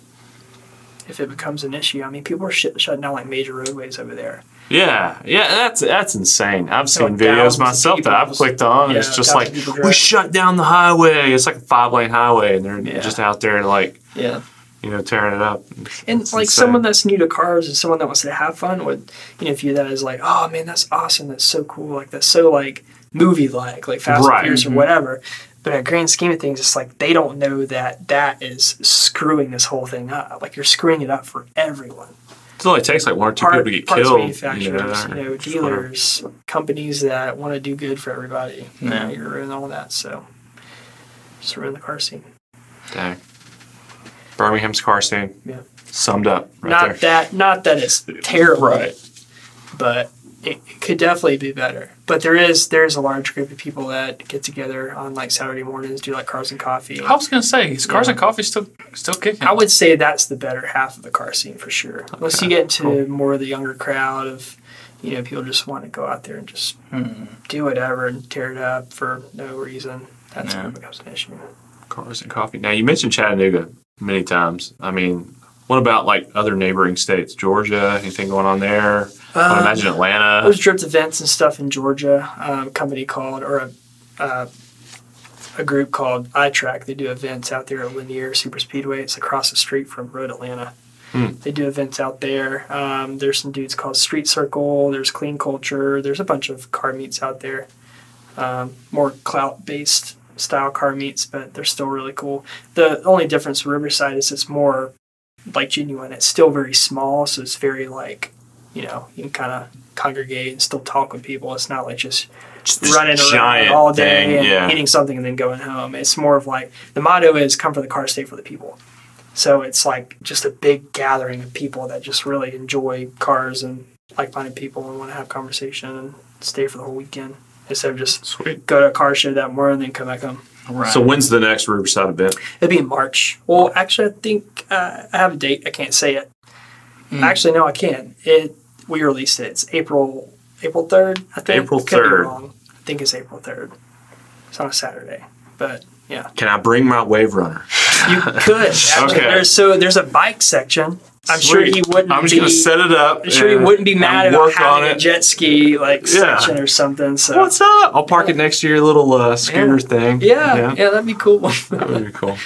if it becomes an issue, I mean, people are shut, shutting down like major roadways over there.
Yeah, yeah, that's that's insane. I've seen
like
videos
thousands of
myself that I've
people.
clicked on, and it's
Yeah,
just like
thousands of people
we
drive.
shut down the highway. It's like a five lane highway, and they're
Yeah.
just out there like
Yeah.
you know tearing it up.
And
It's
like
insane.
someone that's new to cars and someone that wants to have fun would, you know, view that as like, oh man, that's awesome, that's so cool, like that's so like movie like, like Fast
Right. mm-hmm.
and Furious
Mhm.
or whatever. But in a grand scheme of things, it's like they don't know that that is screwing this whole thing up. Like you're screwing it up for everyone.
It only takes like one or two
Part-
people to get
parts
killed. You
manufacturers, you
know,
know,
or-
dealers, companies that want to do good for everybody. You
Yeah.
know, you're ruining all that. So just ruin the car scene.
Dang. Birmingham's car scene.
Yeah.
Summed up right
not
there.
that not that it's terrible. but it it could definitely be better. But there is there is a large group of people that get together on like Saturday mornings, do like cars and coffee.
I was gonna say, is Cars and Coffee still still kicking?
I would say that's the better half of the car scene for sure. Unless you get into
cool.
more of the younger crowd of, you know, people just want to go out there and just
Hmm.
do whatever and tear it up for no reason. That's
Yeah.
when it becomes an issue.
Cars and coffee. Now you mentioned Chattanooga many times. I mean, what about like other neighboring states? Georgia, anything going on there? I would
Um,
imagine
I
Atlanta.
was dripped events and stuff in Georgia. Um, a company called or a uh, a group called iTrack. They do events out there at Lanier Super Speedway. It's across the street from Road Atlanta.
Hmm.
They do events out there. Um, there's some dudes called Street Circle. There's Clean Culture. There's a bunch of car meets out there. Um, more clout based style car meets, but they're still really cool. The only difference with Riverside is it's more like genuine. It's still very small, so it's very like you know you can kind of congregate and still talk with people. It's not like just
Just
running around all day
thing,
and
yeah.
eating something and then going home. It's more of like the motto is come for the car, stay for the people. So it's like just a big gathering of people that just really enjoy cars and like minded people and want to have conversation and stay for the whole weekend instead of just
Sweet.
go to a car show that morning and then come back home.
Right.
So when's the next Riverside event?
It'd be in March. Well, actually, I think uh, I have a date. I can't say it.
Hmm.
Mm.
Actually, no, I can. It we released it. It's April April third. I think
April
Could be
3rd.
wrong. I think it's April third. It's on a Saturday, but yeah,
Can I bring my Wave Runner?
you could.
(laughs)
Actually,
Okay.
there's so there's a bike section. I'm sure he
Sweet.
wouldn't.
I'm just
be,
gonna set it up.
I'm sure he
and-
wouldn't be
and
mad about
work on
having a
it.
jet ski like
Yeah.
section or something. So
What's up? I'll park it next to your little uh, scooter thing.
yeah, yeah, that'd be cool. (laughs)
That would be cool.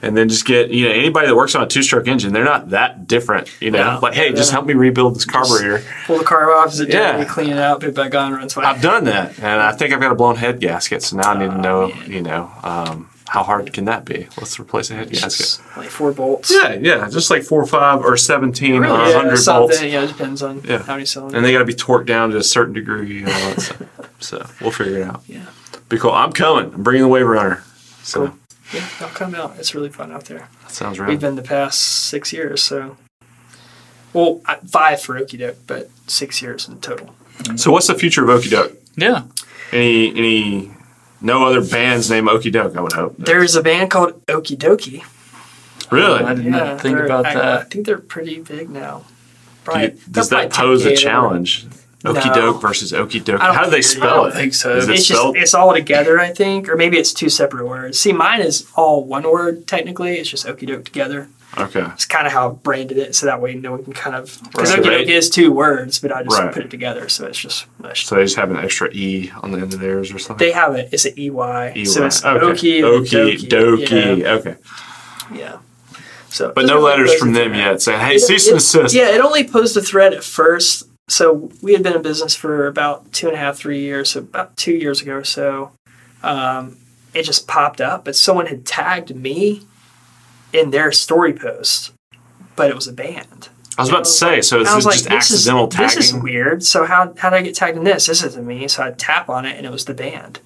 And then just get you know anybody that works on a two-stroke engine, they're not that different, you know.
No.
like, hey,
Yeah.
just help me rebuild this carburetor.
Pull the car off, is it
Yeah.
dirty? Clean it out, put it back on, runs fine.
I've done that, and I think I've got a blown head gasket, so now I
Oh,
need to know, you know, um, how hard can that be? Let's replace a head
It's
gasket.
just like four bolts.
Yeah, yeah, just like four, five, or seventeen,
Really?
or
Yeah,
Uh, hundred
something.
volts,
Yeah, it depends on
Yeah.
how many cylinders.
and they got to be torqued down to a certain degree. And all
(laughs)
that stuff. So we'll figure it out.
yeah,
Be cool. I'm coming. I'm bringing the wave runner. So
Cool. yeah, they'll come out. It's really fun out there.
that sounds
We've
right.
been the past six years, so well, I- five for Okie Doke, but six years in total.
So what's the future of Okie Doke?
yeah.
Any, any, no other bands named Okie Doke. I would hope.
There's a band called Okie Dokie.
really.
I didn't think
they're-
about
I, I
that.
think they're pretty big now.
Do you-
Probably-
does
they'll
that
probably
pose a
10K or-
challenge? Okie
No.
Doke versus Okie Doke.
I don't
How do they
think-
I
spell
don't
it?
think so.
Is it-
It's
spelled?
just it's all together, I think, or maybe it's two separate words. See, mine is all one word technically. It's just Okie Doke together.
Okay.
It's kind of how I branded it, so that way no one can kind of because
Right.
okie dokie is two words, but I just
Right.
put it together, so it's just mush.
So they just have an extra e on the end of theirs or something.
They have it. It's an EY,
EY.
so it's
E okay.
okie,
Okie Dokie. Okay.
Yeah, yeah. So,
But no letters from them yet saying, hey,
It-
cease
it-
and desist.
Yeah, it only posed a threat at first. So we had been in business for about two and a half, three years. So about two years ago or so, um, it just popped up. But someone had tagged me in their story post, but it was a band.
I was about to say, so is
And I
this
was like,
just
this is,
accidental
this is
tagging?
weird. So how how did I get tagged in this? This isn't me. So I tap on it, and it was the band.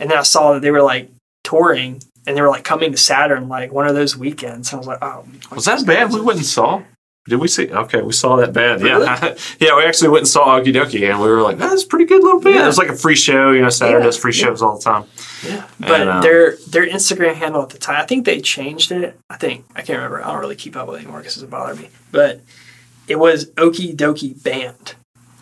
And then I saw that they were like touring, and they were like coming to Saturn like one of those weekends. And I was like, oh,
Was that a band we went and saw? Did we see? Okay, we saw that band.
Really?
Yeah, (laughs) yeah. We actually went and saw Okie Dokie, and we were like, "That's a pretty good little band."
Yeah.
It was like a free show, you know. Saturday
Yeah,
does free
yeah.
shows all the time.
Yeah. But
And, um,
their their Instagram handle at the time, I think they changed it. I think I can't remember. I don't really keep up with it anymore because it doesn't bother me. But it was Okie Dokie Band,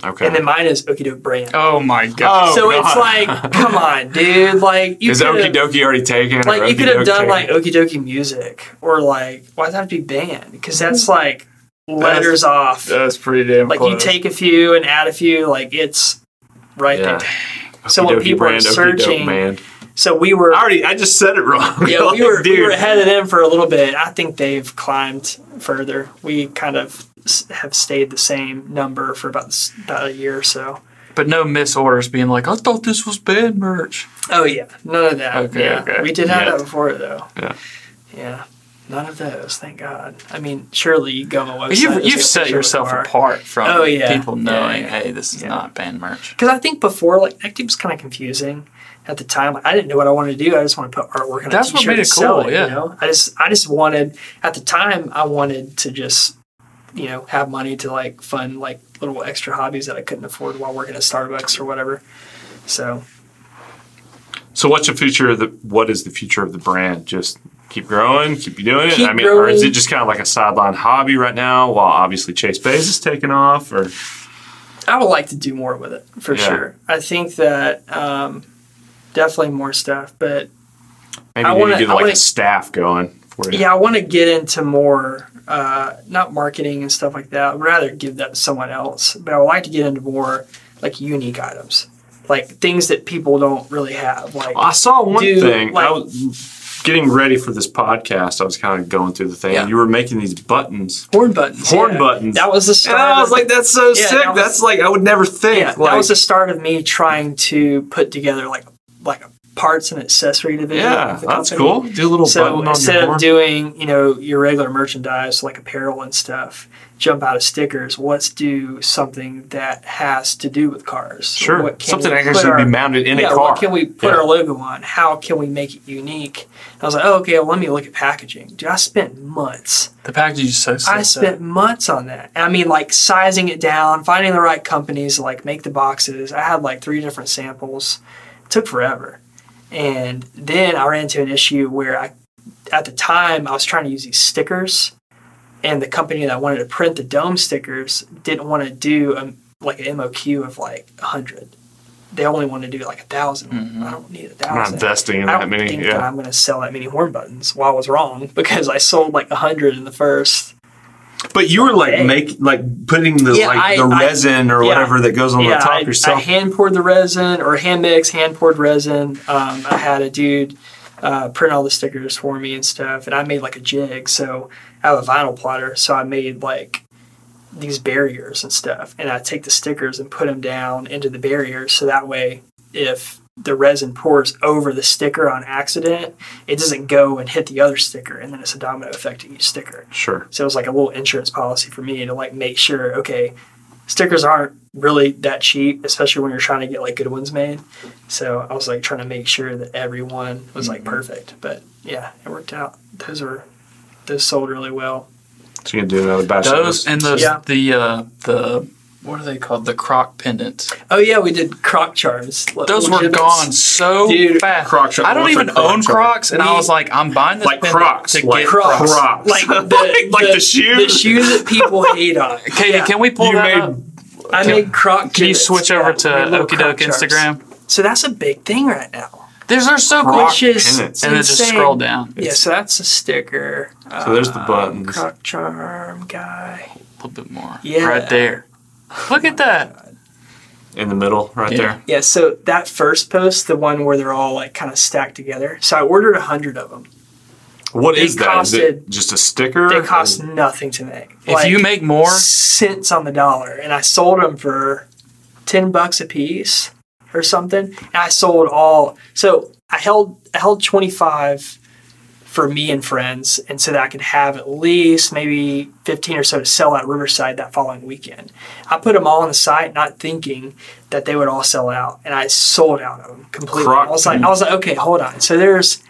Okay.
and then mine is Okie Doke Brand.
Oh my
(laughs)
god.
Oh,
so it's
God.
like,
(laughs)
come on, dude! Like you
is
could've-
Okie Dokie already taken? or
like you
Okie
could have
Doke
done
taken?
like okie dokie music or like why does that have to be banned because that's like letters off.
That's pretty damn
like
close.
you take a few and add a few, like it's right
Yeah.
there. So when
Okey-dokey
people are
brand, okey-doke
searching,
man.
so we were
I already, I just said it wrong.
yeah,
(laughs) Like,
we were
dude,
we were ahead of them for a little bit. I think they've climbed further. We kind of s- have stayed the same number for about s- about a year or so.
but no misorders being like, I thought this was bad merch.
Oh yeah, none of that.
Okay,
yeah.
okay.
We did have
Yeah.
that before though.
Yeah.
yeah, none of those. Thank God. I mean, surely you go on my website.
You've, you've set yourself apart from
Oh, yeah.
people
Yeah,
knowing,
yeah.
hey, this is
Yeah.
not band merch.
Because I think before, like, acting was kind of confusing at the time. Like, I didn't know what I wanted to do. I just want to put artwork on
That's
a
what
t-shirt
made
and
it
sell
cool, yeah.
You know, I just, I just wanted at the time, I wanted to just, you know, have money to like fund like little extra hobbies that I couldn't afford while working at Starbucks or whatever. So
So, what's the future of the? What is the future of the brand? Just keep growing, keep you doing it.
Keep
I mean, or is it
growing.
just kind of like a sideline hobby right now? While obviously Chase Bays is taking off, or
I would like to do more with it for
Yeah.
sure. I think that um, definitely more stuff, but
maybe
I
you need
wanna-
to get
I
like
wanna-
a staff going for you.
yeah, I want to get into more uh, not marketing and stuff like that. I'd rather give that to someone else, but I would like to get into more like unique items, like things that people don't really have. Like
I saw one
Dude,
thing. I
like-
was getting ready for this podcast. I was kind of going through the thing.
Yeah.
You were making these buttons,
horn buttons.
Horn buttons.
That was the start.
and I was
of-
like, "That's so
Yeah,
sick.
that was-
That's like I would never think."
yeah,
like,
that was the start of me trying to put together like like a parts and accessory division.
yeah,
of the
that's
company.
cool. Do a little button on
So
your
instead
horn.
of doing, you know, your regular merchandise like apparel and stuff, jump out of stickers. Let's do something that has to do with cars.
Sure.
What can
Something
we
that can
put
actually
our-
be mounted in
yeah,
a car.
What can we put
Yeah.
our logo on? How can we make it unique? I was like, oh, okay. Well, let me look at packaging. Dude, I spent months.
The package is so uh, sick.
I spent months on that. I mean, like sizing it down, finding the right companies to like make the boxes. I had like three different samples. It took forever. And then I ran into an issue where I, at the time, I was trying to use these stickers, and the company that wanted to print the dome stickers didn't want to do um like an MOQ of like a hundred. They only want to do like a 1000 I don't need a
I'm not
thousand.
investing in
I
that
don't
many.
think
Yeah.
that I'm going to sell that many horn buttons. Well, I was wrong because I sold like a hundred in the first.
But you were like
Hey.
make like putting the
Yeah,
like
I-
the
I-
resin or
yeah.
whatever that goes on the top
I, I
yourself.
hand poured the resin or hand mix, hand poured resin. Um, I had a dude uh, print all the stickers for me and stuff, and I made like a jig. So I have a vinyl plotter, so I made like these barriers and stuff, and I take the stickers and put them down into the barriers, so that way if the resin pours over the sticker on accident, it doesn't go and hit the other sticker, and then it's a domino effect to each sticker.
sure.
So it was like a little insurance policy for me to like make sure, okay, stickers aren't really that cheap, especially when you're trying to get like good ones made. So I was like trying to make sure that everyone was
Mm-hmm.
like perfect. But yeah, it worked out. Those were those sold really well.
So you can do another batch. of
Those
those.
and those,
Yeah.
the, uh, the, what are they called? The croc pendants.
Oh yeah, we did croc charms.
Those were
Legitimate-
gone so
Dude,
fast.
Croc shop-
I don't
what's
even
a Croc
own
shop?
Crocs, and I
We-
was like, I'm buying this
like
pendant
Crocs,
to
like
get
Crocs.
Crocs.
Crocs.
(laughs)
Like the,
Like the shoes?
the shoes that people hate on.
Can,
Yeah.
can we pull
You
that
made-
up?
I made croc.
Can you
gibbets.
switch
Yeah,
over
we made
to
little
Okey
croc
Doke
charms.
Instagram?
So that's a big thing right now.
These are so cool.
Croc
Which is
pennants.
And then just
insane.
scroll down.
Yeah, so that's a sticker. um,
So there's the buttons.
Croc charm guy.
A little bit more.
Yeah.
Right there. Look at that.
in the middle right
Yeah.
there.
Yeah, so that first post, the one where they're all like kind of stacked together. So I ordered a hundred of them.
What
They
is that? Is it
costed-
just a sticker?
They cost nothing to make.
If you make more,
cents on the dollar, and I sold them for ten bucks a piece or something. And I sold all. So I held I held twenty five for me and friends, and so that I could have at least maybe fifteen or so to sell at Riverside that following weekend. I put them all on the site, not thinking that they would all sell out, and I sold out of them completely.
Croc-
I was like, I was like, okay, hold on. So there's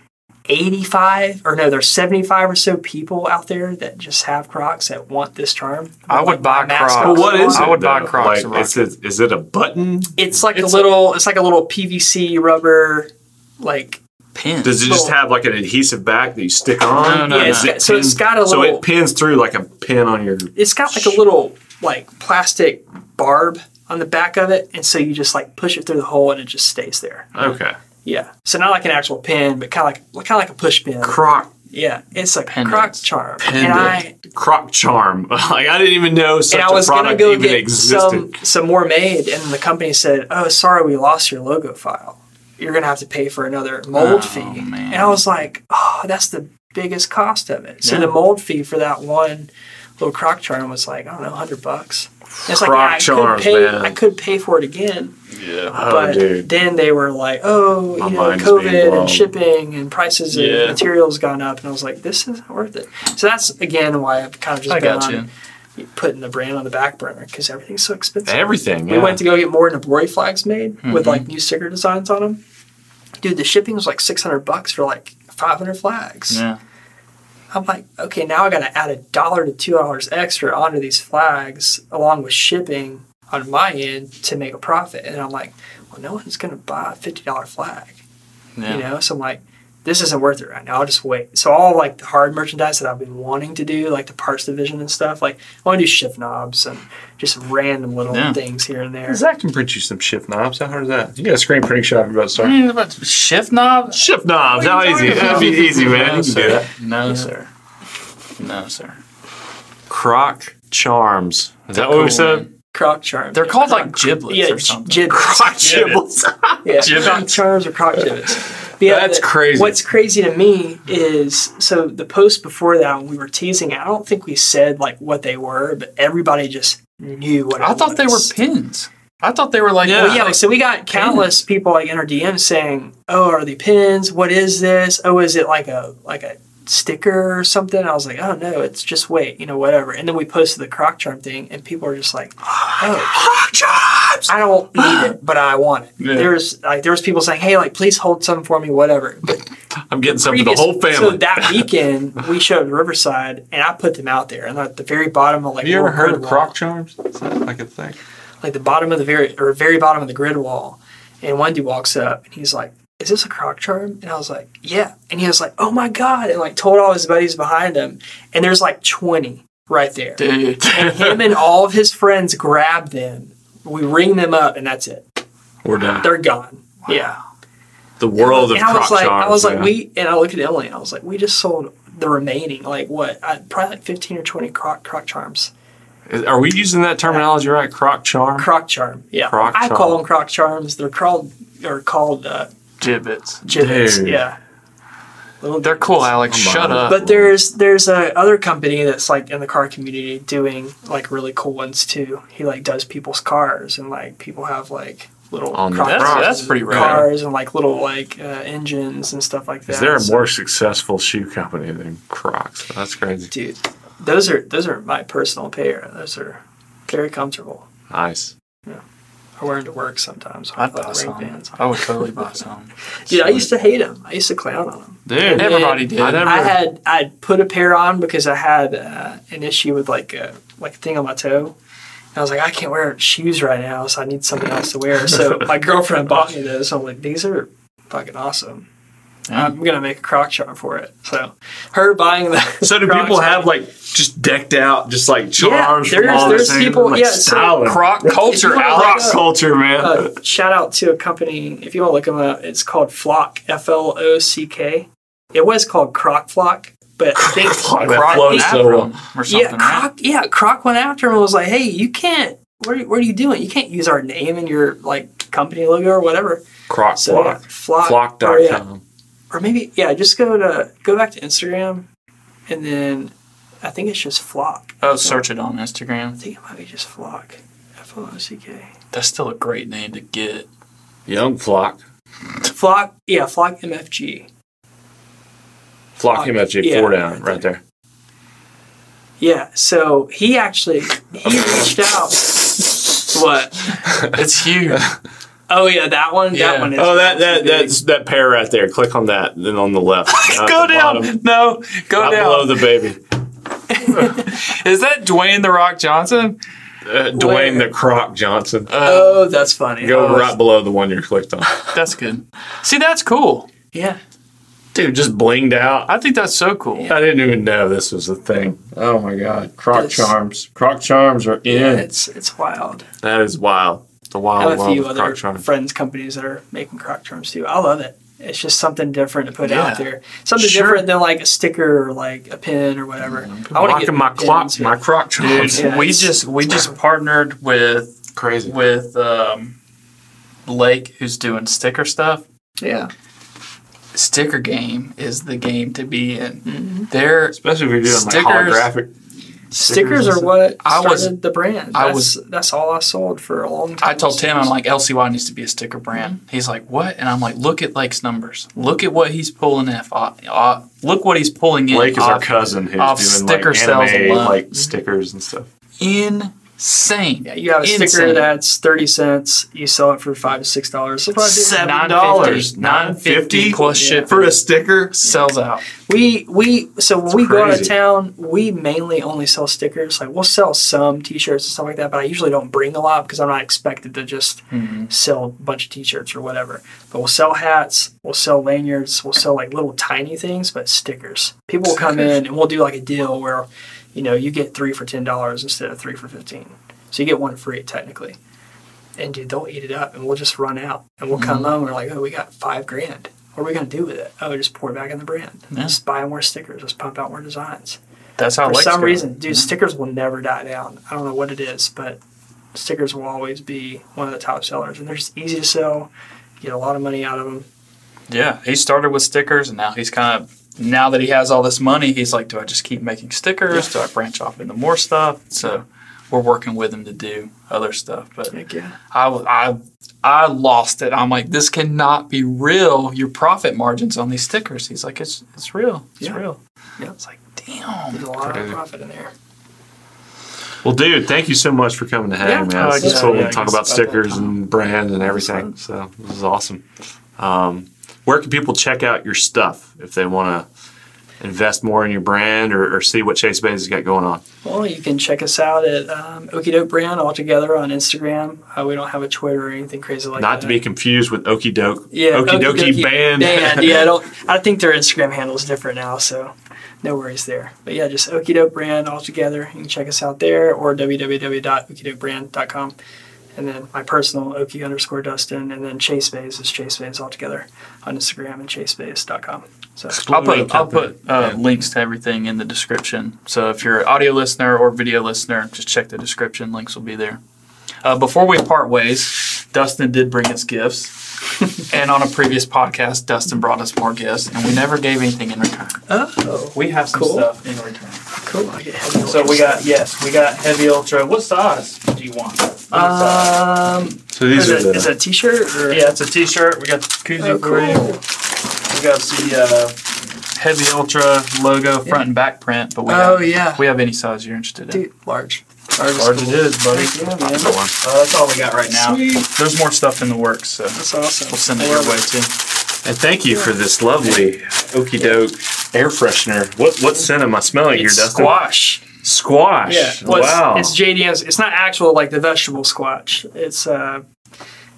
85 or no, there's 75 or so people out there that just have Crocs that want this charm.
I would
Like my
buy
mascot.
Crocs.
Well, what is
I
it,
would buy
though?
Crocs and
Like,
rock
is, it, is it a button?
It's like
It's
a little, it's like a little PVC rubber, like
pins.
Does it just have like an adhesive back that you stick on?
No, no,
Or
no.
is
Yeah,
it
so it's
pinned-
got a
So
little-
it pins through like a pin on your.
it's got like a little like plastic barb on the back of it, and so you just like push it through the hole and it just stays there.
Okay.
Yeah, so not like an actual pin, but kind of like kind of like a push pin.
Croc
Yeah, it's a
Pendant.
crock charm. And
Pendant.
I
Croc charm. (laughs) like I didn't even know such
and I
a
was gonna
product
go
even
get
existed.
some some more made, and the company said, "Oh, sorry, we lost your logo file. You're gonna have to pay for another mold
Oh,
fee."
man.
And I was like, "Oh, that's the biggest cost of it." So
Yeah.
the mold fee for that one little crock charm was like I don't know, hundred bucks. And It's like
Croc
I
charms,
could pay.
man.
I could pay for it again,
Yeah.
Oh,
but
dude.
then they were like, "Oh,
My
you know,
mind's being
COVID
blown.
and shipping and prices
Yeah.
and materials gone up," and I was like, "This isn't worth it." So that's again why I've kind of just
I
been
got
on
you.
putting the brand on the back burner because everything's so expensive.
Everything.
We
yeah.
went to go get more Nabori flags made with like new sticker designs on them. Dude, the shipping was like 600 bucks for like 500 flags.
Yeah.
I'm like, okay, now I got to add a dollar to two dollars extra onto these flags along with shipping on my end to make a profit. And I'm like, well, no one's going to buy a $50 flag,
Yeah.
you know? So I'm like, this isn't worth it right now. I'll just wait. So all like the hard merchandise that I've been wanting to do, like the parts division and stuff, like I want to do shift knobs and just random little
Yeah.
things here and there.
Zach can print you some shift knobs. How hard is that? You got a screen printing shop about to
Mm.
start.
Yeah, but Shift knob?
Shift knobs. How
What are you
easy?
talking
That'd be
about?
easy, man.
No,
You can do
sir.
that.
No,
Yeah.
sir. No, sir.
Croc charms. Is that what
Cool,
we said?
man.
Croc charms.
They're called like
Croc-
giblets
yeah,
or something.
Giblets.
Croc
Yeah.
chibbles.
Yeah,
Gibbets.
croc charms or croc
(laughs)
gibbets. But yeah,
That's
the-
crazy.
What's crazy to me is so the post before that when we were teasing, I don't think we said like what they were, but everybody just knew what it
I thought they were
was.
pins. I thought they were like
Yeah.
Well, yeah, so we got countless people like in our DMs saying, "Oh, are they pins? What is this? Oh, is it like a like a sticker or something?" I was like, "Oh no, it's just wait, you know, whatever." And then we posted the croc charm thing, and people were just like, "Oh,
Croc charms.
I don't need it, but I want it.
Yeah.
There was like there was people saying, "Hey, like please hold some for me, whatever." But
I'm getting some for the whole family.
So that weekend we showed Riverside, and I put them out there, and at the very bottom of like
Have you ever
little
heard of
grid
croc charms? Is that like a thing?
wall, like the bottom of the very or very bottom of the grid wall, and Wendy walks up and he's like, "Is this a croc charm?" And I was like, "Yeah," and he was like, "Oh my god!" and like told all his buddies behind him, and there's like twenty right there.
dude.
And him and all of his friends grab them. We ring them up, and that's it.
(laughs) We're done.
They're gone. Yeah.
Oh, The world of
and I
croc
was like,
charms.
I was like,
yeah.
we, and I looked at Emily, and I was like, we just sold the remaining, like what, I, probably like fifteen or twenty croc croc charms.
Is- Are we using that terminology right? Croc charm.
Croc charm, yeah.
Croc
I
charm.
call them croc charms. They're called, they're called uh,
Gibbets.
gibbets.
Dude.
Yeah. Little
They're cool, Alex.
Come
Shut
on.
up.
But there's there's a other company that's like in the car community doing like really cool ones too. He like does people's cars and like people have like little
On the
croc
That's-
charms
that's
and
pretty rad.
cars and like little like uh, engines and stuff like that.
Is there a
So-
more successful shoe company than Crocs? That's crazy.
dude those are those are my personal pair those are very comfortable
Nice.
i wear them to work sometimes
I'd
Like
buy
ring
some.
bands.
I would totally buy some.
dude i used to hate them i used to clown on them
Dude,
Yeah.
Everybody did.
I never-
i had i'd put a pair on because i had uh, an issue with like a like a thing on my toe and i was like i can't wear shoes right now so i need something else to wear
(laughs)
so my girlfriend bought me those i'm like these are fucking awesome
Yeah.
i'm gonna make a croc charm for it so her buying the (laughs)
So do
Crocs-
people have like just decked out, just like charms?
there's-
from all
there's
this thing,
people-
like,
yeah, so
styling?
Croc culture,
wanna
Croc
Alex.
look up-
culture, man.
uh, shout out to a company. If you want to look them up, it's called Flock. F L O C K. It was called Croc Flock, but I think
Croc Flock.
Croc
Flows so
Afro
well.
or something,
yeah, Croc. Yeah, Croc went after him and was like, "Hey, you can't. What are, what are you doing? You can't use our name in your like company logo or whatever."
Croc
So yeah,
flock.
Flock.
Flock.com.
or, yeah, or maybe yeah, just go to go back to Instagram, and then I think it's just Flock.
right? Oh, search it on
I
Instagram.
think it might be just Flock. F L O C K.
That's still a great name to
(laughs)
get.
Young flock.
Flock. Yeah, Flock MFG.
Flock him at you
Oh, Yeah.
four down right there.
Yeah, so he actually he reached out. What?
It's huge.
Oh yeah, that one.
Yeah.
That one is.
Oh, that that
big.
that's that pair right there. Click on that, then on
(laughs)
the left. Down at
go
the
down.
bottom.
No, go
Not below
down.
the baby.
Is that Dwayne the Rock Johnson?
Uh, Dwayne
Where?
the Croc Johnson.
Oh, that's funny.
Go
Oh,
right below the one you clicked on.
That's good. See, that's cool.
Yeah.
Dude, just blinged out.
I think that's so cool.
I didn't even know this was a thing. Oh my god, croc
This-
charms! Croc charms are in.
yeah, it's it's wild.
that is wild. The
I have
wild
a
world
few
of
other
croc charms.
friends companies that are making croc charms too. I love it. It's just something different to put
Yeah.
out there. Something
Sure.
different than like a sticker or like a pin or whatever.
Mm-hmm.
I want to
Rocking
get
my
pins,
clock,
yeah.
my croc
Dude,
jobs.
Yeah,
we
it's-
just we just partnered with
Crazy.
with um, Blake, who's doing sticker stuff.
Yeah.
Sticker game is the game to be in.
Mm-hmm.
There,
Especially if you're doing
Stickers.
like holographic.
Stickers
and
are
stuff.
what
I
started
was-
the brand. That's,
I
I
was-
was that's all I sold for a long time.
I told Tim, I'm like LCY needs to be a sticker brand.
Mm-hmm.
He's like, what? And I'm like, look at Lake's numbers. Look at what he's pulling in. Uh, uh, look what he's pulling in. Uh,
Blake is our
off-
cousin who's
off
doing
sticker
like
sales
anime,
alone.
like stickers and stuff.
insane.
Yeah, you have a sticker
Insane.
that's thirty cents. You sell it for five to six dollars. So probably-
Seven
$7,
dollars, nine fifty plus
Yeah.
ship
for a sticker.
sells out.
We we so when
It's
we go out of
crazy.
town, we mainly only sell stickers. Like we'll sell some T-shirts and stuff like that, but I usually don't bring a lot because I'm not expected to just sell a bunch of T-shirts or whatever. But we'll sell hats, we'll sell lanyards, we'll sell like little tiny things, but stickers. People will come in and we'll do like a deal where, you know, you get three for ten dollars instead of three for fifteen, so you get one free technically. And dude, they'll eat it up, and we'll just run out, and we'll come home. And we're like, oh, we got five grand. What are we gonna do with it? Oh, just pour it back in the brand.
Yeah.
Just buy more stickers. Just pump out more designs.
That's how
For
Lake's
some
going.
reason,
Mm-hmm.
dude, stickers will never die down. I don't know what it is, but stickers will always be one of the top sellers, and they're just easy to sell. You Get a lot of money out of them.
Yeah, he started with stickers, and now he's kind of now that he has all this money, he's like, do I just keep making stickers? Do I branch off into more stuff? So we're working with him to do other stuff. But
Heck yeah.
I w- I I lost it. I'm like, this cannot be real. Your profit margins on these stickers. He's like, it's it's real. It's
Yeah.
real.
Yeah.
It's like, damn.
There's a lot of
Crazy.
profit in there.
Well, dude, thank you so much for coming to hang,
Yeah.
man.
Oh,
It's
yeah,
cool
yeah,
to talk
it's
about
about that
stickers
time.
and brand and everything. So this is awesome. Um, where can people check out your stuff if they want to invest more in your brand or, or see what Chase Bays has got going on?
Well, you can check us out at um, Okie Doke Brand altogether on Instagram. Uh, we don't have a Twitter or anything crazy like that.
Not to be confused with Okie Doke.
Yeah,
Okie
Okey-dokey
Dokie Band.
Yeah,
(laughs)
I don't. I think their Instagram handle is different now, so no worries there. But yeah, just Okie Doke Brand all together. You can check us out there or www.okidokebrand.com. And then my personal Okie underscore Dustin, and then Chase Bays is Chase Bays all together on Instagram and chasebays.com. So
I'll put
Exploring
I'll put
Yeah.
uh, links to everything in the description. So if you're an audio listener or video listener, just check the description. Links will be there. Uh, before we part ways, Dustin did bring us gifts, (laughs) and on a previous podcast, Dustin brought us more gifts, and we never gave anything in return.
oh,
We have some
Cool.
stuff in return.
cool. I get heavy
So we
orders.
got yes, we got heavy ultra. What size do you want? What size?
um,
So
is
these are
it,
the.
is it a T-shirt or
uh, Yeah, it's a T-shirt. We got the koozie
Oh,
for you.
cool.
We got the uh, heavy ultra logo front and back print, but we
Oh
have,
yeah,
we have any size you're interested in.
dude, large.
As large it is, buddy.
Heck yeah, man.
That one.
Uh, that's all we got right now.
Sweet.
There's more stuff in the works, so
That's awesome.
we'll send
I
it your
love
way too.
And thank you for this lovely Okie Doke air freshener. What what scent am I smelling
It's
here, Dustin?
squash.
Squash.
Yeah, well, it's-
wow.
It's, JDM's. It's not actual like the vegetable squash. It's uh,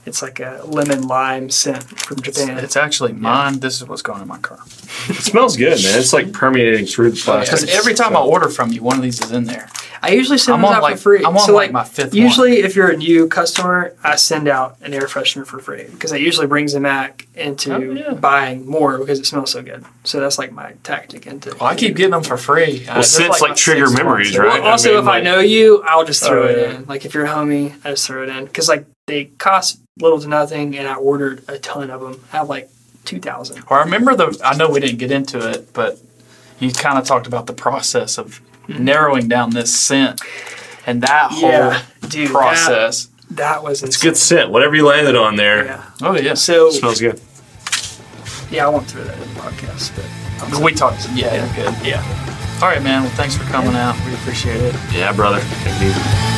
it's like a lemon lime scent from
It's,
Japan.
it's actually mine. This is what's going in my car.
It smells good, man. It's like permeating through the plastic.
Because every time I order from you, one of these is in there.
I usually send
I'm
those
on,
out
like-
for free.
I'm on,
so
like, my fifth one.
Usually, if you're a new customer, I send out an air freshener for free because it usually brings them back into
Oh, yeah.
buying more because it smells so good. So that's like my tactic into.
Well, I keep getting them for free. Uh,
well,
there's
scents like,
my
trigger
sixth one,
memories,
so-
right?
Well, also,
mean,
if I
like,
know you, I'll just throw
Oh,
it
yeah.
in. Like if you're a homie, I just throw it in because like they cost little to nothing, and I ordered a ton of them. I have like two thousand.
Or I remember the. I know we didn't get into it, but you kind of talked about the process of narrowing down this scent and that
Hmm. Yeah,
whole
dude,
process.
That, that was
it's
insane.
good scent. Whatever you landed on there,
Yeah.
Oh yes,
So
smells good.
yeah, I won't throw that in the podcast, but
we talked. Yeah, yeah, good.
yeah.
All right, man. Well, thanks for coming out. We appreciate it.
Yeah, brother. Take it easy.